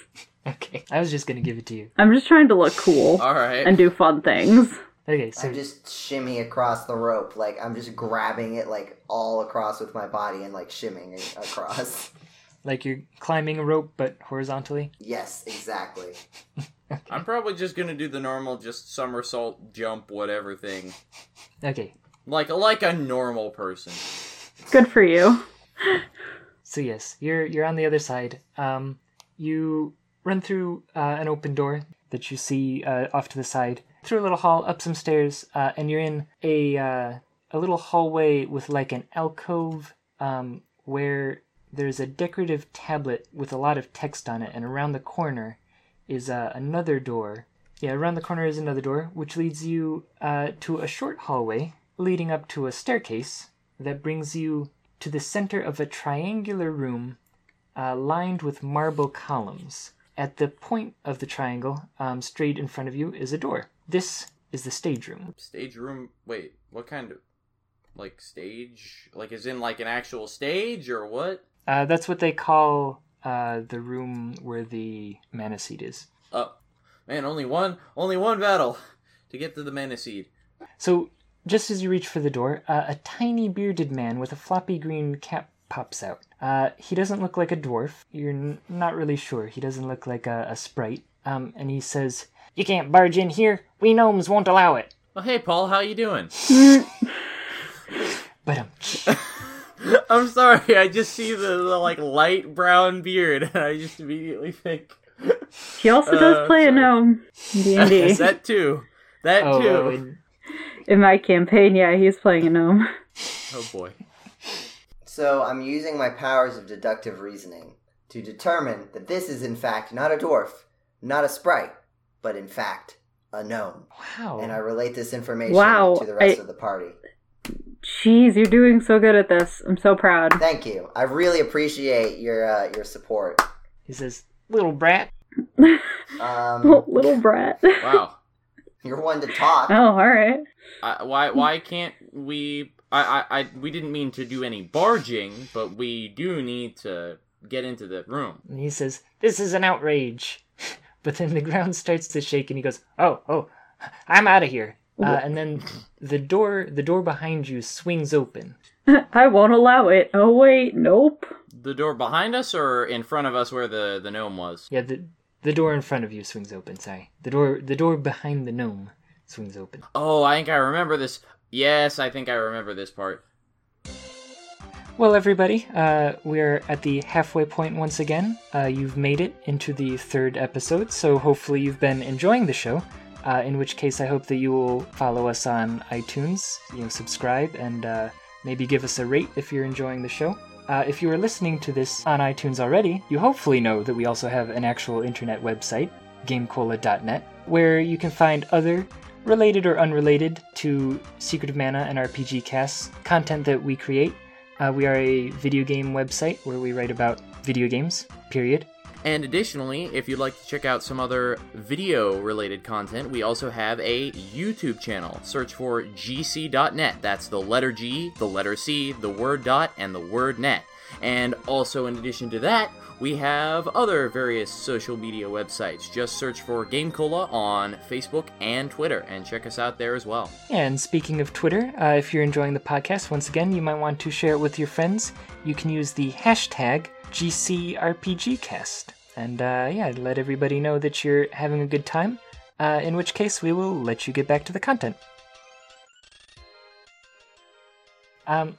[SPEAKER 1] Okay. I was just going to give it to you.
[SPEAKER 3] I'm just trying to look cool
[SPEAKER 2] all right.
[SPEAKER 3] and do fun things.
[SPEAKER 1] Okay, so
[SPEAKER 4] I'm just shimmy across the rope, like I'm just grabbing it like all across with my body and like shimmying across.
[SPEAKER 1] like you're climbing a rope but horizontally.
[SPEAKER 4] yes, exactly.
[SPEAKER 2] I'm probably just gonna do the normal just somersault jump whatever thing,
[SPEAKER 1] Okay.
[SPEAKER 2] like like a normal person.
[SPEAKER 3] Good for you.
[SPEAKER 1] So yes, you're you're on the other side. Um, you run through uh, an open door that you see uh, off to the side, through a little hall, up some stairs, uh, and you're in a uh, a little hallway with like an alcove um, where there's a decorative tablet with a lot of text on it, and around the corner is uh, another door. Yeah, around the corner is another door, which leads you uh, to a short hallway leading up to a staircase that brings you to the center of a triangular room uh, lined with marble columns. At the point of the triangle, um, straight in front of you, is a door. This is the stage room.
[SPEAKER 2] Stage room. Wait, what kind of like stage? Like is in like an actual stage or what?
[SPEAKER 1] Uh, that's what they call uh, the room where the mana seed is.
[SPEAKER 2] Oh, man, only one, only one battle to get to the mana seed.
[SPEAKER 1] So, just as you reach for the door, uh, a tiny bearded man with a floppy green cap pops out. Uh, he doesn't look like a dwarf. You're n- not really sure. He doesn't look like a, a sprite. Um, and he says, "You can't barge in here. We gnomes won't allow it."
[SPEAKER 2] Oh, hey, Paul, how you doing?
[SPEAKER 1] But um,
[SPEAKER 2] I'm sorry, I just see the, the like light brown beard, and I just immediately think
[SPEAKER 3] He also
[SPEAKER 2] Uh,
[SPEAKER 3] does play a
[SPEAKER 2] sorry.
[SPEAKER 3] gnome in D&D.
[SPEAKER 2] Is that too. That
[SPEAKER 1] oh,
[SPEAKER 2] too.
[SPEAKER 1] oh, and-
[SPEAKER 3] in my campaign, yeah, he's playing a gnome.
[SPEAKER 2] Oh boy.
[SPEAKER 4] So I'm using my powers of deductive reasoning to determine that this is in fact not a dwarf, not a sprite, but in fact a gnome.
[SPEAKER 1] Wow.
[SPEAKER 4] And I relate this information
[SPEAKER 3] Wow,
[SPEAKER 4] to the rest
[SPEAKER 3] I-
[SPEAKER 4] of the party.
[SPEAKER 3] Jeez, you're doing so good at this. I'm so proud.
[SPEAKER 4] Thank you. I really appreciate your uh, your support.
[SPEAKER 1] He says, "Little brat."
[SPEAKER 4] Um,
[SPEAKER 3] Little, Oh, little brat.
[SPEAKER 2] Wow.
[SPEAKER 4] you're one to talk.
[SPEAKER 3] Oh, all right.
[SPEAKER 2] I, why why can't we? I, I I we didn't mean to do any barging, but we do need to get into the room.
[SPEAKER 1] And he says, "This is an outrage." But then the ground starts to shake, and he goes, "Oh, oh, I'm out of here." Uh, and then the door, the door behind you swings open.
[SPEAKER 3] I won't allow it. Oh, wait. Nope.
[SPEAKER 2] The door behind us or in front of us where the the gnome was.
[SPEAKER 1] Yeah, the the door in front of you swings open. Sorry, the door, the door behind the gnome swings open.
[SPEAKER 2] Oh, I think I remember this. Yes, I think I remember this part.
[SPEAKER 1] Well, everybody, uh, we're at the halfway point once again. Uh, you've made it into the third episode, so hopefully you've been enjoying the show. Uh, in which case, I hope that you will follow us on iTunes, you know, subscribe, and uh, maybe give us a rate if you're enjoying the show. Uh, if you are listening to this on iTunes already, you hopefully know that we also have an actual internet website, gamecola.net, where you can find other, related or unrelated to Secret of Mana and RPG casts, content that we create. Uh, we are a video game website where we write about video games, period.
[SPEAKER 2] And additionally, if you'd like to check out some other video related content, we also have a YouTube channel. Search for gc.net. That's the letter G, the letter C, the word dot, and the word net. And also, in addition to that, we have other various social media websites. Just search for Game Cola on Facebook and Twitter and check us out there as well.
[SPEAKER 1] And speaking of Twitter, uh, if you're enjoying the podcast, once again, you might want to share it with your friends. You can use the hashtag GCRPGcast. And uh, yeah, let everybody know that you're having a good time, uh, in which case, we will let you get back to the content. Um,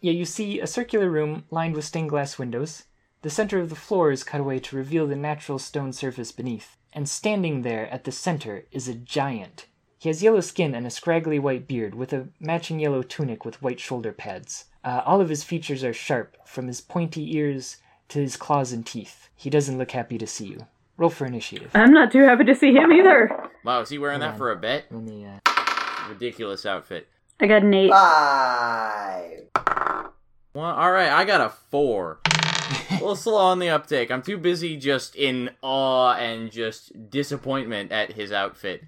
[SPEAKER 1] yeah, you see a circular room lined with stained glass windows. The center of the floor is cut away to reveal the natural stone surface beneath, and standing there at the center is a giant. He has yellow skin and a scraggly white beard, with a matching yellow tunic with white shoulder pads. Uh, all of his features are sharp, from his pointy ears to his claws and teeth. He doesn't look happy to see you. Roll for initiative.
[SPEAKER 3] I'm not too happy to see him either.
[SPEAKER 2] Wow, is he wearing that for a bet?
[SPEAKER 1] Let me, uh,
[SPEAKER 2] Ridiculous outfit.
[SPEAKER 3] I got an eight.
[SPEAKER 4] Five.
[SPEAKER 2] Well, all right, I got a four. A little slow on the uptake. I'm too busy just in awe and just disappointment at his outfit.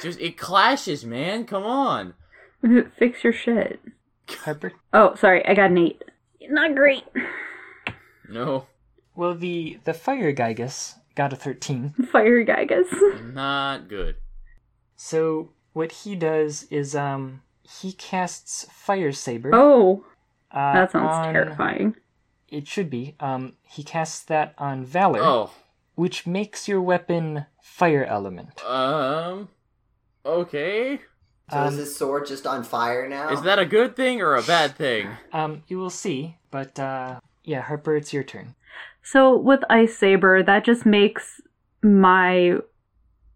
[SPEAKER 2] Just it clashes, man. Come on.
[SPEAKER 3] Fix your shit.
[SPEAKER 1] Harper.
[SPEAKER 3] Oh, sorry, I got an eight. Not great.
[SPEAKER 2] No,
[SPEAKER 1] Well, the the fire Gygas got a thirteen.
[SPEAKER 3] Fire Gygas.
[SPEAKER 2] not good.
[SPEAKER 1] So what he does is um he casts fire saber.
[SPEAKER 3] Oh,
[SPEAKER 1] uh,
[SPEAKER 3] that sounds
[SPEAKER 1] on-
[SPEAKER 3] terrifying.
[SPEAKER 1] It should be. Um, he casts that on valor,
[SPEAKER 2] Oh,
[SPEAKER 1] which makes your weapon fire element.
[SPEAKER 2] um, okay.
[SPEAKER 4] So
[SPEAKER 1] Um,
[SPEAKER 4] is his sword just on fire now?
[SPEAKER 2] Is that a good thing or a bad thing?
[SPEAKER 1] Um, you will see. But uh, yeah, Harper, it's your turn.
[SPEAKER 3] So with Ice Saber, that just makes my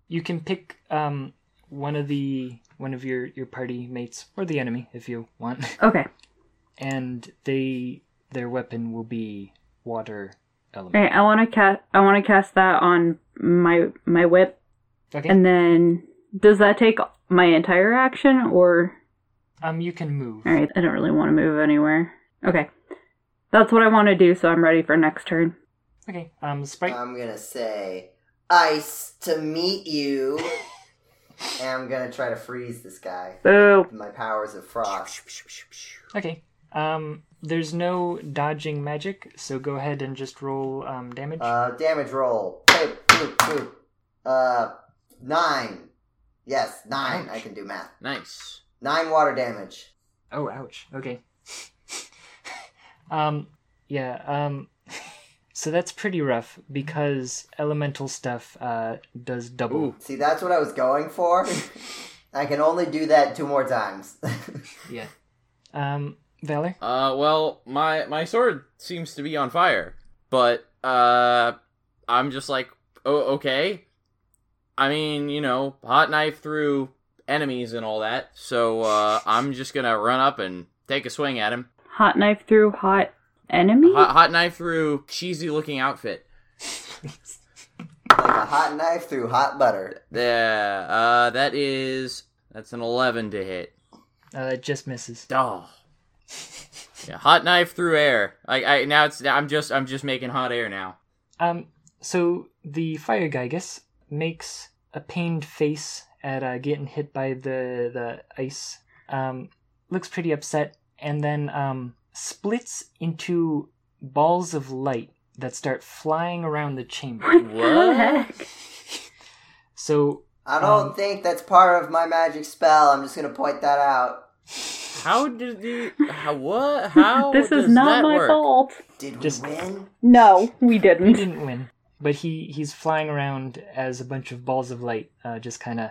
[SPEAKER 1] You can pick um one of the one of your your party mates or the enemy if you want,
[SPEAKER 3] okay.
[SPEAKER 1] and they their weapon will be water element.
[SPEAKER 3] Alright, I want to cast. I want to cast that on my my whip,
[SPEAKER 1] Okay.
[SPEAKER 3] and then does that take my entire action or?
[SPEAKER 1] um, you can move.
[SPEAKER 3] All right, I don't really want to move anywhere. Okay, that's what I want to do. So I'm ready for next turn.
[SPEAKER 1] Okay. Um, Sprite.
[SPEAKER 4] I'm gonna say ice to meet you. and I'm gonna try to freeze this guy.
[SPEAKER 3] Boo!
[SPEAKER 4] with My powers of frost.
[SPEAKER 1] Okay. Um, there's no dodging magic, so go ahead and just roll um damage.
[SPEAKER 4] Uh, damage roll. Boop, boop, boop. Uh, nine. Yes, nine. I can do math.
[SPEAKER 2] Nice.
[SPEAKER 4] Nine water damage.
[SPEAKER 1] oh, ouch. Okay. um, yeah. Um, so that's pretty rough because elemental stuff uh does double.
[SPEAKER 2] Ooh.
[SPEAKER 4] See, that's what I was going for. I can only do that two more times.
[SPEAKER 1] Yeah. Um, Valor.
[SPEAKER 2] Uh, well, my my sword seems to be on fire, but uh, I'm just like, oh, okay. I mean, you know, hot knife through enemies and all that. So uh, I'm just gonna run up and take a swing at him.
[SPEAKER 3] Hot knife through hot enemy.
[SPEAKER 2] Hot, hot knife through cheesy looking outfit.
[SPEAKER 4] like a hot knife through hot butter.
[SPEAKER 2] Yeah. Uh, that is that's an eleven to hit.
[SPEAKER 1] Uh, it just misses.
[SPEAKER 2] Oh. Yeah, hot knife through air. I, I now it's I'm just I'm just making hot air now.
[SPEAKER 1] Um, so the fire gygus makes a pained face at uh, getting hit by the the ice. Um, looks pretty upset, and then um, splits into balls of light that start flying around the chamber.
[SPEAKER 3] What
[SPEAKER 2] What?
[SPEAKER 3] the heck?
[SPEAKER 1] So
[SPEAKER 4] I don't
[SPEAKER 1] Um,
[SPEAKER 4] think that's part of my magic spell. I'm just gonna point that out.
[SPEAKER 2] How did the how what how
[SPEAKER 3] this
[SPEAKER 2] does
[SPEAKER 3] is
[SPEAKER 2] that
[SPEAKER 3] not my
[SPEAKER 2] work?
[SPEAKER 3] fault.
[SPEAKER 4] Did we
[SPEAKER 1] Just-
[SPEAKER 4] win?
[SPEAKER 3] No, we
[SPEAKER 1] he
[SPEAKER 3] didn't.
[SPEAKER 1] didn't win, but he he's flying around as a bunch of balls of light, uh, just kind of.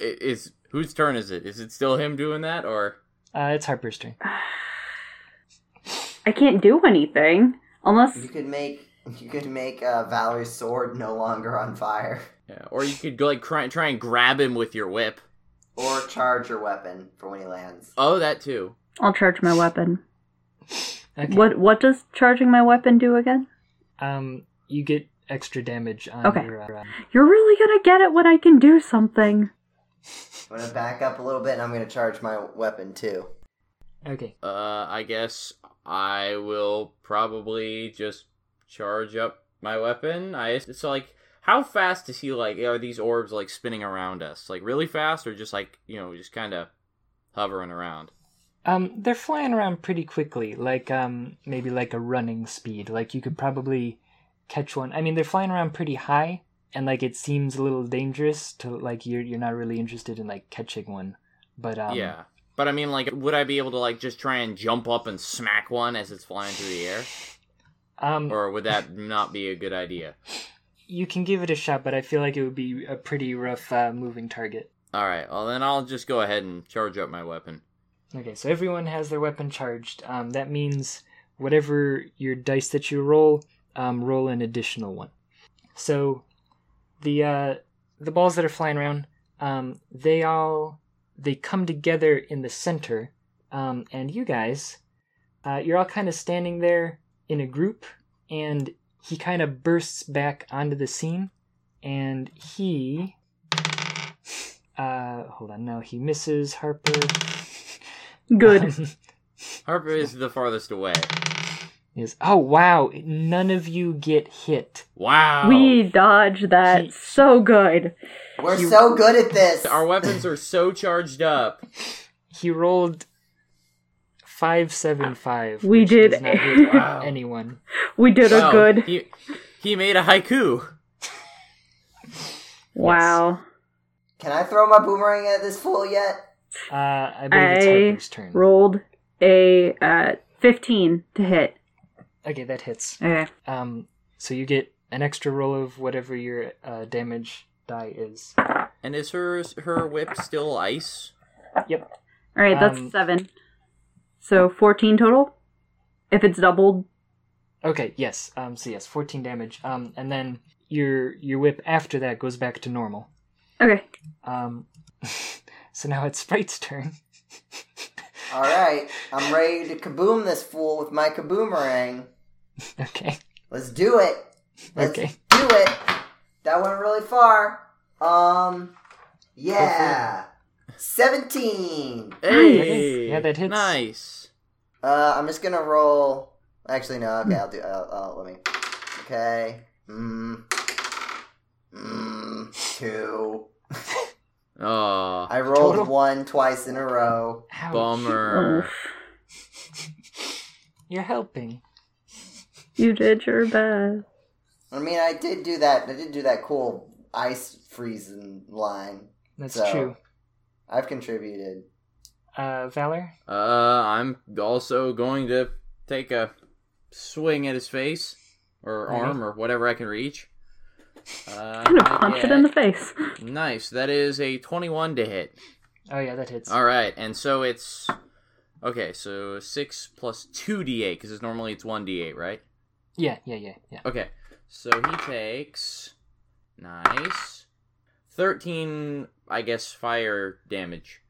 [SPEAKER 2] I- Is whose turn is it? Is it still him doing that or
[SPEAKER 1] Uh, it's Harper's turn.
[SPEAKER 3] I can't do anything unless
[SPEAKER 4] You could make you could make uh, Valerie's sword no longer on fire,
[SPEAKER 2] yeah, or you could go like try try and grab him with your whip.
[SPEAKER 4] or charge your weapon for when he lands.
[SPEAKER 2] Oh, that too.
[SPEAKER 3] I'll charge my weapon.
[SPEAKER 1] Okay.
[SPEAKER 3] What what does charging my weapon do again?
[SPEAKER 1] Um, you get extra damage on
[SPEAKER 3] Okay.
[SPEAKER 1] your. Um,
[SPEAKER 3] You're really gonna get it when I can do something.
[SPEAKER 4] I'm gonna back up a little bit and I'm gonna charge my weapon too.
[SPEAKER 1] okay.
[SPEAKER 2] Uh, I guess I will probably just charge up my weapon. I it's like how fast is he like are these orbs like spinning around us? Like really fast or just like, you know, just kind of hovering around?
[SPEAKER 1] Um, they're flying around pretty quickly, like um, maybe like a running speed. Like you could probably catch one. I mean, they're flying around pretty high, and like it seems a little dangerous to like you're you're not really interested in like catching one, but um,
[SPEAKER 2] yeah. But I mean like would I be able to like just try and jump up and smack one as it's flying through the air?
[SPEAKER 1] um,
[SPEAKER 2] Or would that not be a good idea?
[SPEAKER 1] you can give it a shot, but I feel like it would be a pretty rough uh, moving target.
[SPEAKER 2] All right. Well, then I'll just go ahead and charge up my weapon.
[SPEAKER 1] Okay, so everyone has their weapon charged. Um, that means whatever your dice that you roll, um, roll an additional one. So the uh, the balls that are flying around, um, they all they come together in the center, um, and you guys, uh, you're all kind of standing there in a group, and he kind of bursts back onto the scene, and he. Uh, hold on, no, he misses Harper.
[SPEAKER 3] Good.
[SPEAKER 2] Harper is the farthest away.
[SPEAKER 1] is oh wow none of you get hit
[SPEAKER 2] Wow.
[SPEAKER 3] We dodged that
[SPEAKER 1] He-
[SPEAKER 3] so good.
[SPEAKER 4] We're so good at this.
[SPEAKER 2] Our weapons are so charged up.
[SPEAKER 1] he rolled 575
[SPEAKER 3] We
[SPEAKER 1] which
[SPEAKER 3] did
[SPEAKER 1] does not hit
[SPEAKER 2] Wow.
[SPEAKER 1] anyone
[SPEAKER 3] We did a
[SPEAKER 2] Wow,
[SPEAKER 3] good.
[SPEAKER 2] Oh, He, he made a haiku.
[SPEAKER 3] Wow.
[SPEAKER 4] Can I throw my boomerang at this fool yet?
[SPEAKER 1] uh i believe it's
[SPEAKER 3] I
[SPEAKER 1] harper's turn
[SPEAKER 3] Rolled a uh, 15 to hit.
[SPEAKER 1] okay that hits
[SPEAKER 3] Okay.
[SPEAKER 1] um so you get an extra roll of whatever your uh, damage die is
[SPEAKER 2] And is her her whip still ice?
[SPEAKER 1] yep
[SPEAKER 3] All right, that's
[SPEAKER 1] Um,
[SPEAKER 3] 7. So 14 total? If it's doubled.
[SPEAKER 1] okay yes um so yes 14 damage um and then your your whip after that goes back to normal
[SPEAKER 3] Okay.
[SPEAKER 1] um so now it's sprite's turn
[SPEAKER 4] All right, I'm ready to kaboom this fool with my kaboomerang.
[SPEAKER 1] okay
[SPEAKER 4] Let's do it. Let's
[SPEAKER 1] Okay.
[SPEAKER 4] do it. That went really far. Um, yeah, seventeen.
[SPEAKER 2] Hey,
[SPEAKER 1] Yeah, that hits.
[SPEAKER 2] Nice.
[SPEAKER 4] Uh, I'm just gonna roll. Actually, no. Okay, I'll do. I'll, I'll- let me. Okay. Mm. Mm. Two.
[SPEAKER 2] Oh,
[SPEAKER 4] I rolled
[SPEAKER 1] Total?
[SPEAKER 4] one twice in a row.
[SPEAKER 1] Ouch.
[SPEAKER 2] bummer.
[SPEAKER 1] you're helping
[SPEAKER 3] You did your best.
[SPEAKER 4] I mean, I did do that. I did do that cool ice freezing line.
[SPEAKER 1] that's
[SPEAKER 4] So-
[SPEAKER 1] true
[SPEAKER 4] I've contributed.
[SPEAKER 1] uh valor
[SPEAKER 2] Uh, I'm also going to take a swing at his face or
[SPEAKER 1] Okay.
[SPEAKER 2] arm or whatever I can reach. Uh,
[SPEAKER 3] I'm gonna punch it in the face.
[SPEAKER 2] Nice. That is a 21 to hit.
[SPEAKER 1] Oh yeah, that hits.
[SPEAKER 2] All right, and so it's okay. So six plus two d8 because it's normally it's one d8, right?
[SPEAKER 1] Yeah, yeah, yeah, yeah.
[SPEAKER 2] Okay, so he takes nice thirteen, I guess, fire damage.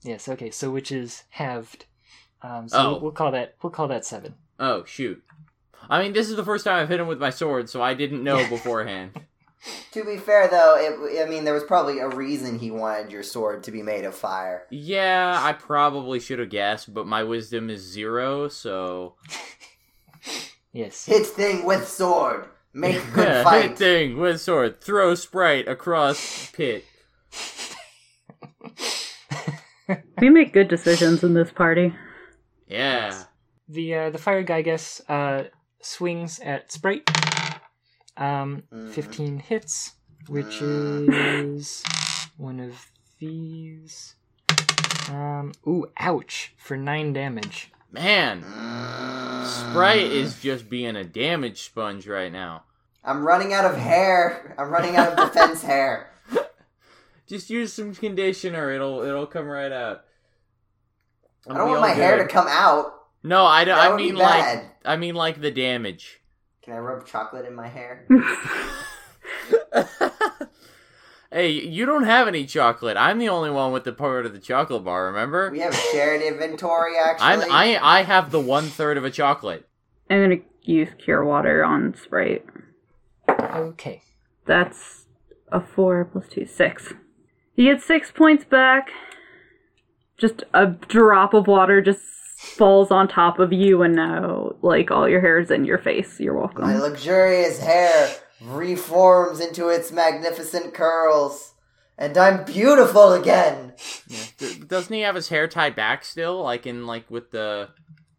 [SPEAKER 1] Yes. Okay. So which is halved. Um, so
[SPEAKER 2] Oh.
[SPEAKER 1] we'll, we'll call that we'll call that seven.
[SPEAKER 2] Oh shoot! I mean, this is the first time I've hit him with my sword, so I didn't know beforehand.
[SPEAKER 4] To be fair, though, it, I mean, there was probably a reason he wanted your sword to be made of fire.
[SPEAKER 2] yeah, I probably should have guessed, but my wisdom is zero, so
[SPEAKER 1] Yes.
[SPEAKER 4] Hit thing with sword. Make a good
[SPEAKER 2] Yeah, hit
[SPEAKER 4] fight.
[SPEAKER 2] thing with sword, throw sprite across pit.
[SPEAKER 3] We make good decisions in this party.
[SPEAKER 2] Yeah.
[SPEAKER 1] The uh, the fire guy I guess uh, swings at Sprite. Um,
[SPEAKER 2] Mm.
[SPEAKER 4] Mhm.
[SPEAKER 1] fifteen hits, which
[SPEAKER 4] Mm.
[SPEAKER 1] is one of these. Um, ooh, ouch! For nine damage.
[SPEAKER 2] Man,
[SPEAKER 4] Sprite
[SPEAKER 2] Sprite is just being a damage sponge right now.
[SPEAKER 4] I'm running out of hair. I'm running out of defense hair.
[SPEAKER 2] Just use some conditioner; it'll it'll come right out.
[SPEAKER 4] I don't want my hair to come out.
[SPEAKER 2] No, I don't.
[SPEAKER 4] That
[SPEAKER 2] I
[SPEAKER 4] would be
[SPEAKER 2] mean like
[SPEAKER 4] bad.
[SPEAKER 2] I mean like the damage.
[SPEAKER 4] Can I rub chocolate in my hair?
[SPEAKER 2] Hey, you don't have any chocolate. I'm the only one with the part of the chocolate bar. Remember?
[SPEAKER 4] We have shared inventory, actually.
[SPEAKER 2] I'm I I have the one third of a chocolate.
[SPEAKER 3] I'm gonna use cure water on Sprite.
[SPEAKER 1] Okay.
[SPEAKER 3] That's a four plus two, six. You get six points back. Just a drop of water just falls on top of you, and now, like, all your hair is in your face. You're
[SPEAKER 4] My
[SPEAKER 3] welcome.
[SPEAKER 4] luxurious hair reforms into its magnificent curls, and I'm beautiful again.
[SPEAKER 2] D- doesn't he have his hair tied back still? Like in like with the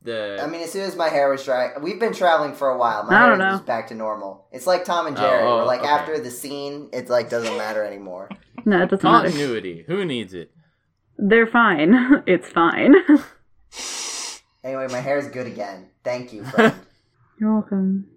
[SPEAKER 2] the.
[SPEAKER 4] I mean, as soon as my hair was dry, we've been traveling for a while. My
[SPEAKER 3] I
[SPEAKER 4] hair
[SPEAKER 3] don't
[SPEAKER 4] is
[SPEAKER 3] know.
[SPEAKER 4] just back to normal. It's like Tom and
[SPEAKER 2] Oh,
[SPEAKER 4] Jerry.
[SPEAKER 2] oh,
[SPEAKER 4] where, like
[SPEAKER 2] okay.
[SPEAKER 4] after the scene, it like doesn't matter anymore.
[SPEAKER 3] No, it doesn't matter.
[SPEAKER 2] Continuity. Who needs it?
[SPEAKER 3] They're fine. It's fine.
[SPEAKER 4] Anyway, my hair is good again. Thank you, friend.
[SPEAKER 3] You're welcome.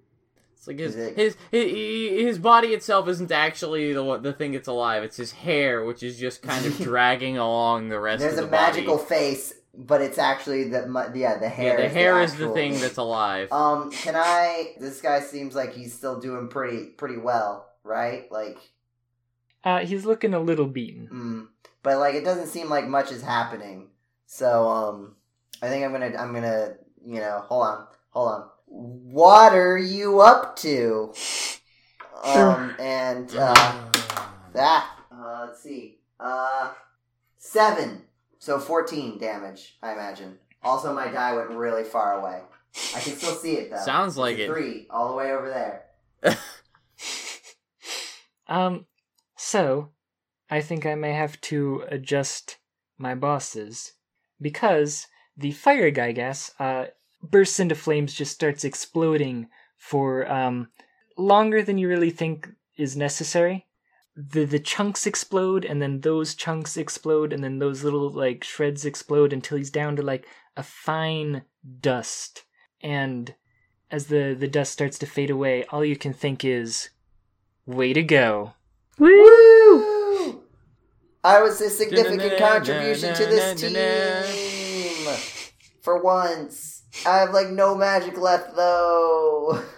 [SPEAKER 2] It's like his,
[SPEAKER 4] Is it-
[SPEAKER 2] his his his body itself isn't actually the one- the thing that's alive. It's his hair, which is just kind of dragging along the rest.
[SPEAKER 4] There's
[SPEAKER 2] of the
[SPEAKER 4] a magical
[SPEAKER 2] Body.
[SPEAKER 4] face, but it's actually the mu- yeah the hair.
[SPEAKER 2] yeah, the hair is the
[SPEAKER 4] actual-
[SPEAKER 2] thing that's alive.
[SPEAKER 4] Um, can I? This guy seems like he's still doing pretty pretty well, right? Like,
[SPEAKER 1] Uh, he's looking a little beaten.
[SPEAKER 4] mm, but like it doesn't seem like much is happening. So, um, I think I'm gonna I'm gonna you know hold on hold on. What are you up to? Um, and
[SPEAKER 2] Mm-hmm.
[SPEAKER 4] uh,
[SPEAKER 2] Uh-huh.
[SPEAKER 4] that uh, let's see, uh, seven, so fourteen damage, I imagine. Also, my die went really far away. I can still see it though.
[SPEAKER 2] Sounds like
[SPEAKER 4] uh, It's a
[SPEAKER 2] it.
[SPEAKER 4] Three, all the way over there.
[SPEAKER 1] Um, so I think I may have to adjust my bosses because the fire guy gas uh, bursts into flames, just starts exploding for um, longer than you really think is necessary. The the chunks explode, and then those chunks explode, and then those little like shreds explode until he's down to like a fine dust. And as the the dust starts to fade away, all you can think is, "Way to go!"
[SPEAKER 3] Woo!
[SPEAKER 4] Woo! I was a significant contribution to this team. For once, I have like no magic left though.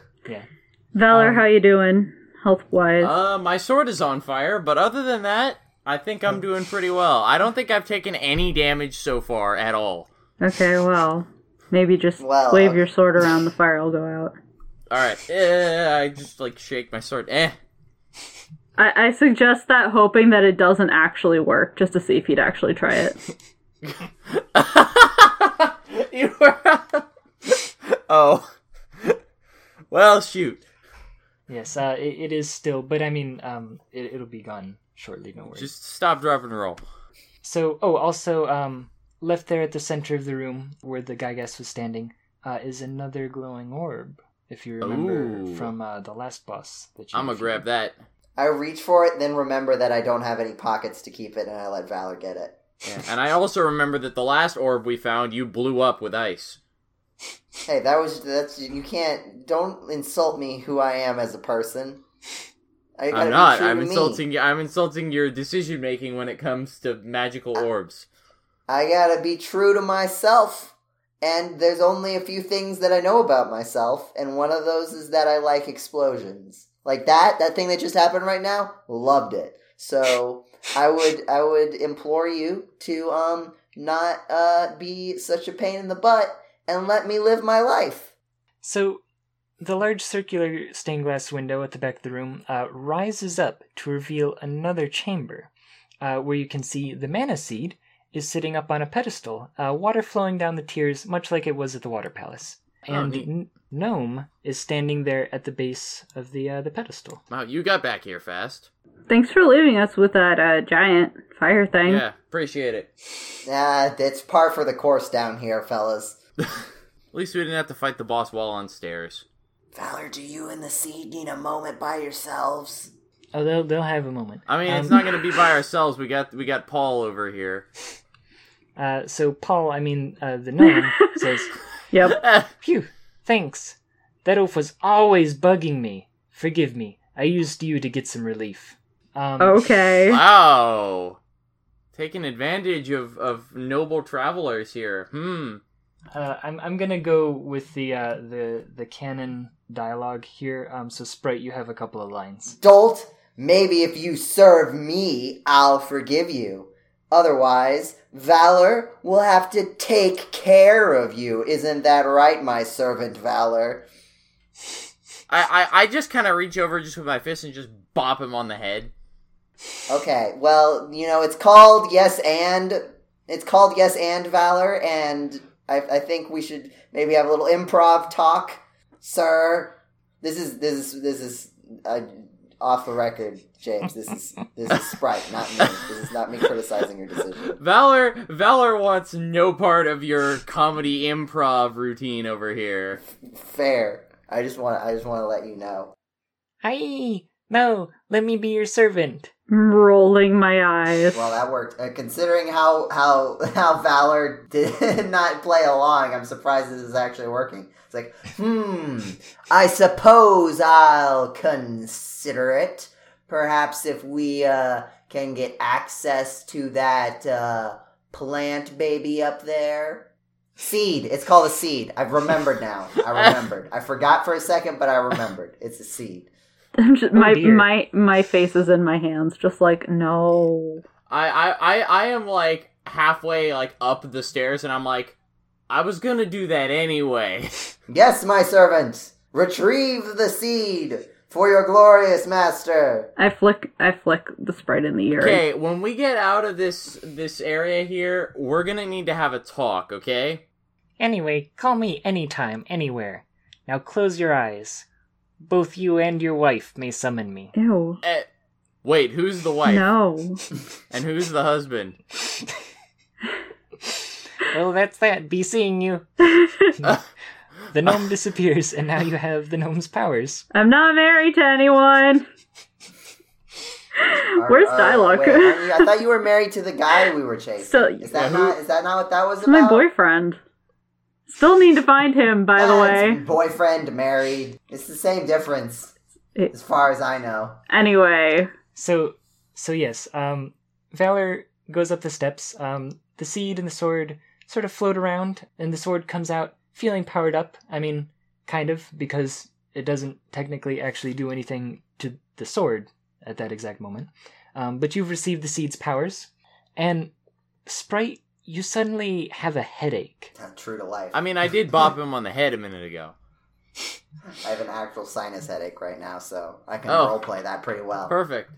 [SPEAKER 3] Valor,
[SPEAKER 1] Um,
[SPEAKER 3] how you doing? Health wise.
[SPEAKER 2] Uh, my sword is on fire, but other than that, I think I'm doing pretty well. I don't think I've taken any damage so far at all.
[SPEAKER 3] okay, well. Maybe just
[SPEAKER 4] Well,
[SPEAKER 3] wave
[SPEAKER 4] uh,
[SPEAKER 3] your sword around, the fire will go out.
[SPEAKER 2] All right, eh, I just like shake my sword. Eh,
[SPEAKER 3] I, I suggest that hoping that it doesn't actually work, just to see if he'd actually try it.
[SPEAKER 2] you were. oh, well, shoot.
[SPEAKER 1] Yes, uh, it, it is still, but I mean, um, it, it'll be gone shortly. No worries.
[SPEAKER 2] Just stop, drop, and roll.
[SPEAKER 1] So, oh, also, um, left there at the center of the room where the Gygas was standing uh, is another glowing orb. If you remember
[SPEAKER 2] Ooh.
[SPEAKER 1] from uh, the last boss that you
[SPEAKER 2] I'm gonna grab that.
[SPEAKER 4] I reach for it, then remember that I don't have any pockets to keep it, and I let Valor get it.
[SPEAKER 2] Yeah. And I also remember that the last orb we found, you blew up with ice.
[SPEAKER 4] Hey, that was that's you can't don't insult me who I am as a person. I gotta
[SPEAKER 2] I'm
[SPEAKER 4] be
[SPEAKER 2] not.
[SPEAKER 4] true
[SPEAKER 2] I'm
[SPEAKER 4] to me.
[SPEAKER 2] insulting. you. I'm insulting your decision making when it comes to magical orbs.
[SPEAKER 4] I gotta be true to myself. And there's only a few things that I know about myself, and one of those is that I like explosions. Like that, that thing that just happened right now, loved it. So I would I would implore you to um not uh be such a pain in the butt and let me live my life.
[SPEAKER 1] So, the large circular stained glass window at the back of the room uh, rises up to reveal another chamber uh, where you can see the mana seed is sitting up on a pedestal, uh, water flowing down the tiers, much like it was at the water palace.
[SPEAKER 2] Oh,
[SPEAKER 1] And
[SPEAKER 2] neat.
[SPEAKER 1] N- Gnome is standing there at the base of the uh, the pedestal.
[SPEAKER 2] Wow, you got back here fast.
[SPEAKER 3] Thanks for leaving us with that uh, giant fire thing.
[SPEAKER 2] Yeah, appreciate it.
[SPEAKER 4] Nah, that's par for the course down here, fellas.
[SPEAKER 2] At least we didn't have to fight the boss while on stairs.
[SPEAKER 4] Valor, do you and the seed need a moment by yourselves?
[SPEAKER 1] Oh, they'll they'll have a moment.
[SPEAKER 2] I mean, it's
[SPEAKER 1] Um,
[SPEAKER 2] not gonna be by ourselves. We got we got Paul over here.
[SPEAKER 1] Uh, so Paul, I mean uh, the gnome says,
[SPEAKER 3] Yep.
[SPEAKER 1] "Phew, thanks. That oaf was always bugging me. Forgive me. I used you to get some relief." Um,
[SPEAKER 3] Okay.
[SPEAKER 2] Wow, taking advantage of of noble travelers here. Hmm.
[SPEAKER 1] Uh, I'm I'm gonna go with the uh, the the canon dialogue here. Um, so Sprite, you have a couple of lines.
[SPEAKER 4] Dolt, Maybe if you serve me, I'll forgive you. Otherwise, Valor will have to take care of you. Isn't that right, my servant Valor?
[SPEAKER 2] I, I, I just kind of reach over just with my fist and just bop him on the head.
[SPEAKER 4] Okay, well, you know, it's called Yes and. It's called Yes and Valor, and I, I think we should maybe have a little improv talk, sir. This is this is this is uh, off the record, James. This is this is Sprite, not me. This is not me criticizing your decision.
[SPEAKER 2] Valor Valor wants no part of your comedy improv routine over here.
[SPEAKER 4] Fair. I just want I just want to let you know.
[SPEAKER 1] Aye, no, let me be your servant.
[SPEAKER 3] Rolling my eyes.
[SPEAKER 4] Well, that worked. Uh, considering how how how Valor did not play along, I'm surprised this is actually working. It's like, hmm. I suppose I'll consider it. Perhaps if we uh, can get access to that uh, plant baby up there. Seed. It's called a seed. I've remembered now. I remembered. I forgot for a second, but I remembered. It's a seed.
[SPEAKER 3] I'm just, my
[SPEAKER 1] dear.
[SPEAKER 3] my my face is in my hands, just like no.
[SPEAKER 2] I, I, I, I am like halfway like up the stairs and I'm like, I was gonna do that anyway.
[SPEAKER 4] Yes, my servant. Retrieve the seed for your glorious master.
[SPEAKER 3] I flick I flick the sprite in the ear.
[SPEAKER 2] Okay, when we get out of this this area here, we're gonna need to have a talk, okay?
[SPEAKER 1] Anyway, call me anytime, anywhere. Now close your eyes. Both you and your wife may summon me.
[SPEAKER 3] Ew.
[SPEAKER 2] Eh, wait, who's the wife?
[SPEAKER 3] No.
[SPEAKER 2] And who's the husband?
[SPEAKER 1] Well, that's that. Be seeing you. the gnome disappears, and now you have the gnome's powers.
[SPEAKER 3] I'm not married to anyone.
[SPEAKER 4] Or-
[SPEAKER 3] Where's
[SPEAKER 4] uh,
[SPEAKER 3] Dialogue?
[SPEAKER 4] wait, aren't you- I thought you were married to the guy we were chasing.
[SPEAKER 3] So-
[SPEAKER 4] is that
[SPEAKER 2] Yeah, who-
[SPEAKER 4] not is that not what that was
[SPEAKER 3] It's
[SPEAKER 4] about?
[SPEAKER 3] my boyfriend. Still need to find him, by the
[SPEAKER 4] Yeah,
[SPEAKER 3] way.
[SPEAKER 4] it's boyfriend married. It's the same difference,
[SPEAKER 3] It-
[SPEAKER 4] as far as I know.
[SPEAKER 3] Anyway,
[SPEAKER 1] So, so yes. Um, Valor goes up the steps. Um, the seed and the sword sort of float around, and the sword comes out feeling powered up. I mean, kind of, because it doesn't technically actually do anything to the sword at that exact moment. Um, but you've received the seed's powers, and Sprite, you suddenly have a headache.
[SPEAKER 4] Uh, True to life.
[SPEAKER 2] I mean, I did bop him on the head a minute ago.
[SPEAKER 4] I have an actual sinus headache right now, so I can
[SPEAKER 2] Oh.
[SPEAKER 4] role roleplay that pretty well.
[SPEAKER 2] Perfect.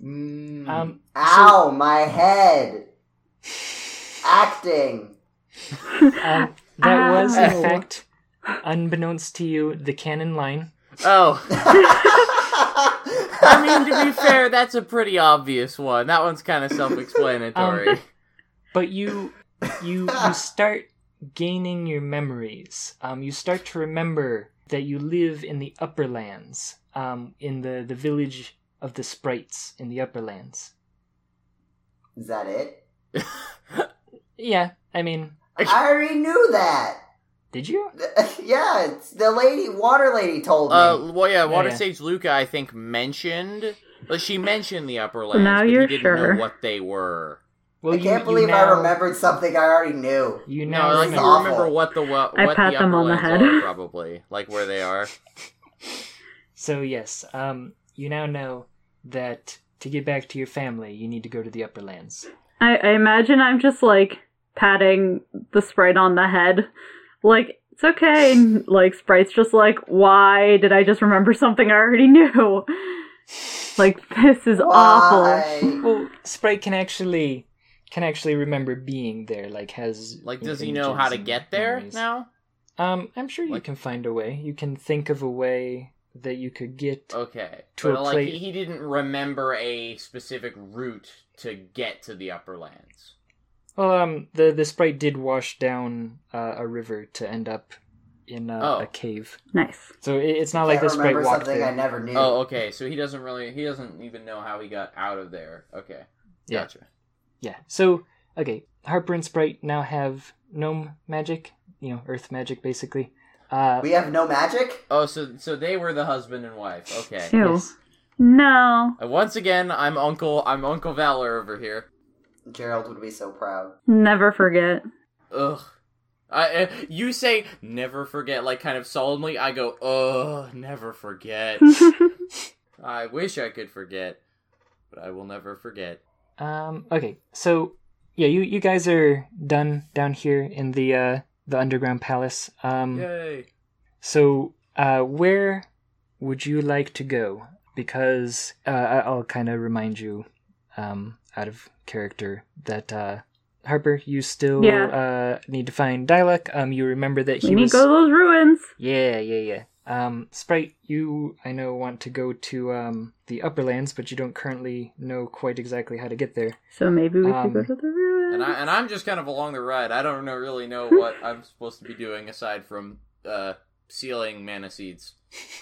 [SPEAKER 4] Mm.
[SPEAKER 1] Um,
[SPEAKER 4] Ow, my head. Acting.
[SPEAKER 1] Um, that was, in
[SPEAKER 2] Ow.
[SPEAKER 1] fact, unbeknownst to you, the canon line.
[SPEAKER 2] Oh,
[SPEAKER 4] I
[SPEAKER 2] I mean, to be fair, that's a pretty obvious one. That one's kind of self-explanatory.
[SPEAKER 1] Um, But you, you, you start gaining your memories. Um, you start to remember that you live in the upper lands, um, in the the village of the sprites in the upper lands.
[SPEAKER 4] is that it?
[SPEAKER 1] Yeah, I mean,
[SPEAKER 4] I already knew that.
[SPEAKER 1] did you?
[SPEAKER 4] yeah, it's the lady, water lady, told me.
[SPEAKER 2] Uh, well, yeah, Water
[SPEAKER 1] yeah.
[SPEAKER 2] Sage Luca, I think, mentioned. Well, she mentioned the upper lands,
[SPEAKER 3] now
[SPEAKER 2] but
[SPEAKER 3] you're
[SPEAKER 2] he didn't
[SPEAKER 3] sure.
[SPEAKER 2] know what they were.
[SPEAKER 1] Well,
[SPEAKER 4] I
[SPEAKER 1] you-
[SPEAKER 4] can't
[SPEAKER 1] you
[SPEAKER 4] believe I
[SPEAKER 1] now-
[SPEAKER 4] remembered something I already knew.
[SPEAKER 1] You
[SPEAKER 2] No,
[SPEAKER 1] now
[SPEAKER 2] like
[SPEAKER 4] it's
[SPEAKER 1] remember.
[SPEAKER 2] you
[SPEAKER 4] awful.
[SPEAKER 2] remember what the what,
[SPEAKER 3] I
[SPEAKER 2] what
[SPEAKER 3] pat
[SPEAKER 2] the
[SPEAKER 3] them
[SPEAKER 2] upper
[SPEAKER 3] on the
[SPEAKER 2] lands
[SPEAKER 3] head.
[SPEAKER 2] are, probably like where they are.
[SPEAKER 1] So yes, um, you now know that to get back to your family, you need to go to the upper lands.
[SPEAKER 3] I, I imagine I'm just like patting the sprite on the head. Like, it's okay. And, like, sprite's just like, why did I just remember something I already knew? Like, this is awful.
[SPEAKER 4] Why?
[SPEAKER 1] Well, Sprite can actually can actually remember being there. Like has
[SPEAKER 2] Like, does he know how to
[SPEAKER 1] images
[SPEAKER 2] get
[SPEAKER 1] and
[SPEAKER 2] there
[SPEAKER 1] memories.
[SPEAKER 2] now?
[SPEAKER 1] Um, I'm sure you
[SPEAKER 2] Like-
[SPEAKER 1] can find a way. You can think of a way that you could
[SPEAKER 2] Uh.
[SPEAKER 1] get.
[SPEAKER 2] Okay,
[SPEAKER 1] To
[SPEAKER 2] but
[SPEAKER 1] a
[SPEAKER 2] like
[SPEAKER 1] plate.
[SPEAKER 2] he, he didn't remember a specific route to get to the upper lands.
[SPEAKER 1] Well, um, the the Sprite did wash down uh, a river to end up in a,
[SPEAKER 2] Oh.
[SPEAKER 1] a cave.
[SPEAKER 3] Nice.
[SPEAKER 1] So it, it's not like
[SPEAKER 4] Can't
[SPEAKER 1] the Sprite
[SPEAKER 4] remember
[SPEAKER 1] walked
[SPEAKER 4] something
[SPEAKER 1] there.
[SPEAKER 4] I never knew.
[SPEAKER 2] Oh, okay. So he doesn't really, he doesn't even know how he got out of there. Okay,
[SPEAKER 1] Yeah.
[SPEAKER 2] gotcha.
[SPEAKER 1] Yeah. So okay, Harper and Sprite now have gnome magic. You know, earth magic basically. Uh,
[SPEAKER 4] We have no magic?
[SPEAKER 2] Oh, so so they were the husband and wife. Okay.
[SPEAKER 3] Ew.
[SPEAKER 1] yes.
[SPEAKER 3] No.
[SPEAKER 2] And Uh, Once again, I'm Uncle. I'm Uncle Valor over here.
[SPEAKER 4] Gerald would be so proud.
[SPEAKER 3] Never forget.
[SPEAKER 2] Ugh. I, uh, you say never forget, like kind of solemnly. I go, ugh, never forget. I wish I could forget, but I will never forget.
[SPEAKER 1] Um, okay, so yeah, you you guys are done down here in the uh, the underground palace. Um,
[SPEAKER 2] Yay!
[SPEAKER 1] So uh, where would you like to go? Because uh, I- I'll kind of remind you, um, out of character, that uh, Harper, you still uh, need to find Dialek. Um, you remember that he
[SPEAKER 3] we need
[SPEAKER 1] was
[SPEAKER 3] to go to those ruins.
[SPEAKER 1] yeah, yeah, yeah. Um, Sprite, you I know want to go to um, the Upperlands, but you don't currently know quite exactly how to get there.
[SPEAKER 3] So maybe we
[SPEAKER 1] Um,
[SPEAKER 3] should go to the ruins.
[SPEAKER 2] And I uh, and I'm just kind of along the ride. I don't know, really know what I'm supposed to be doing aside from uh sealing mana seeds.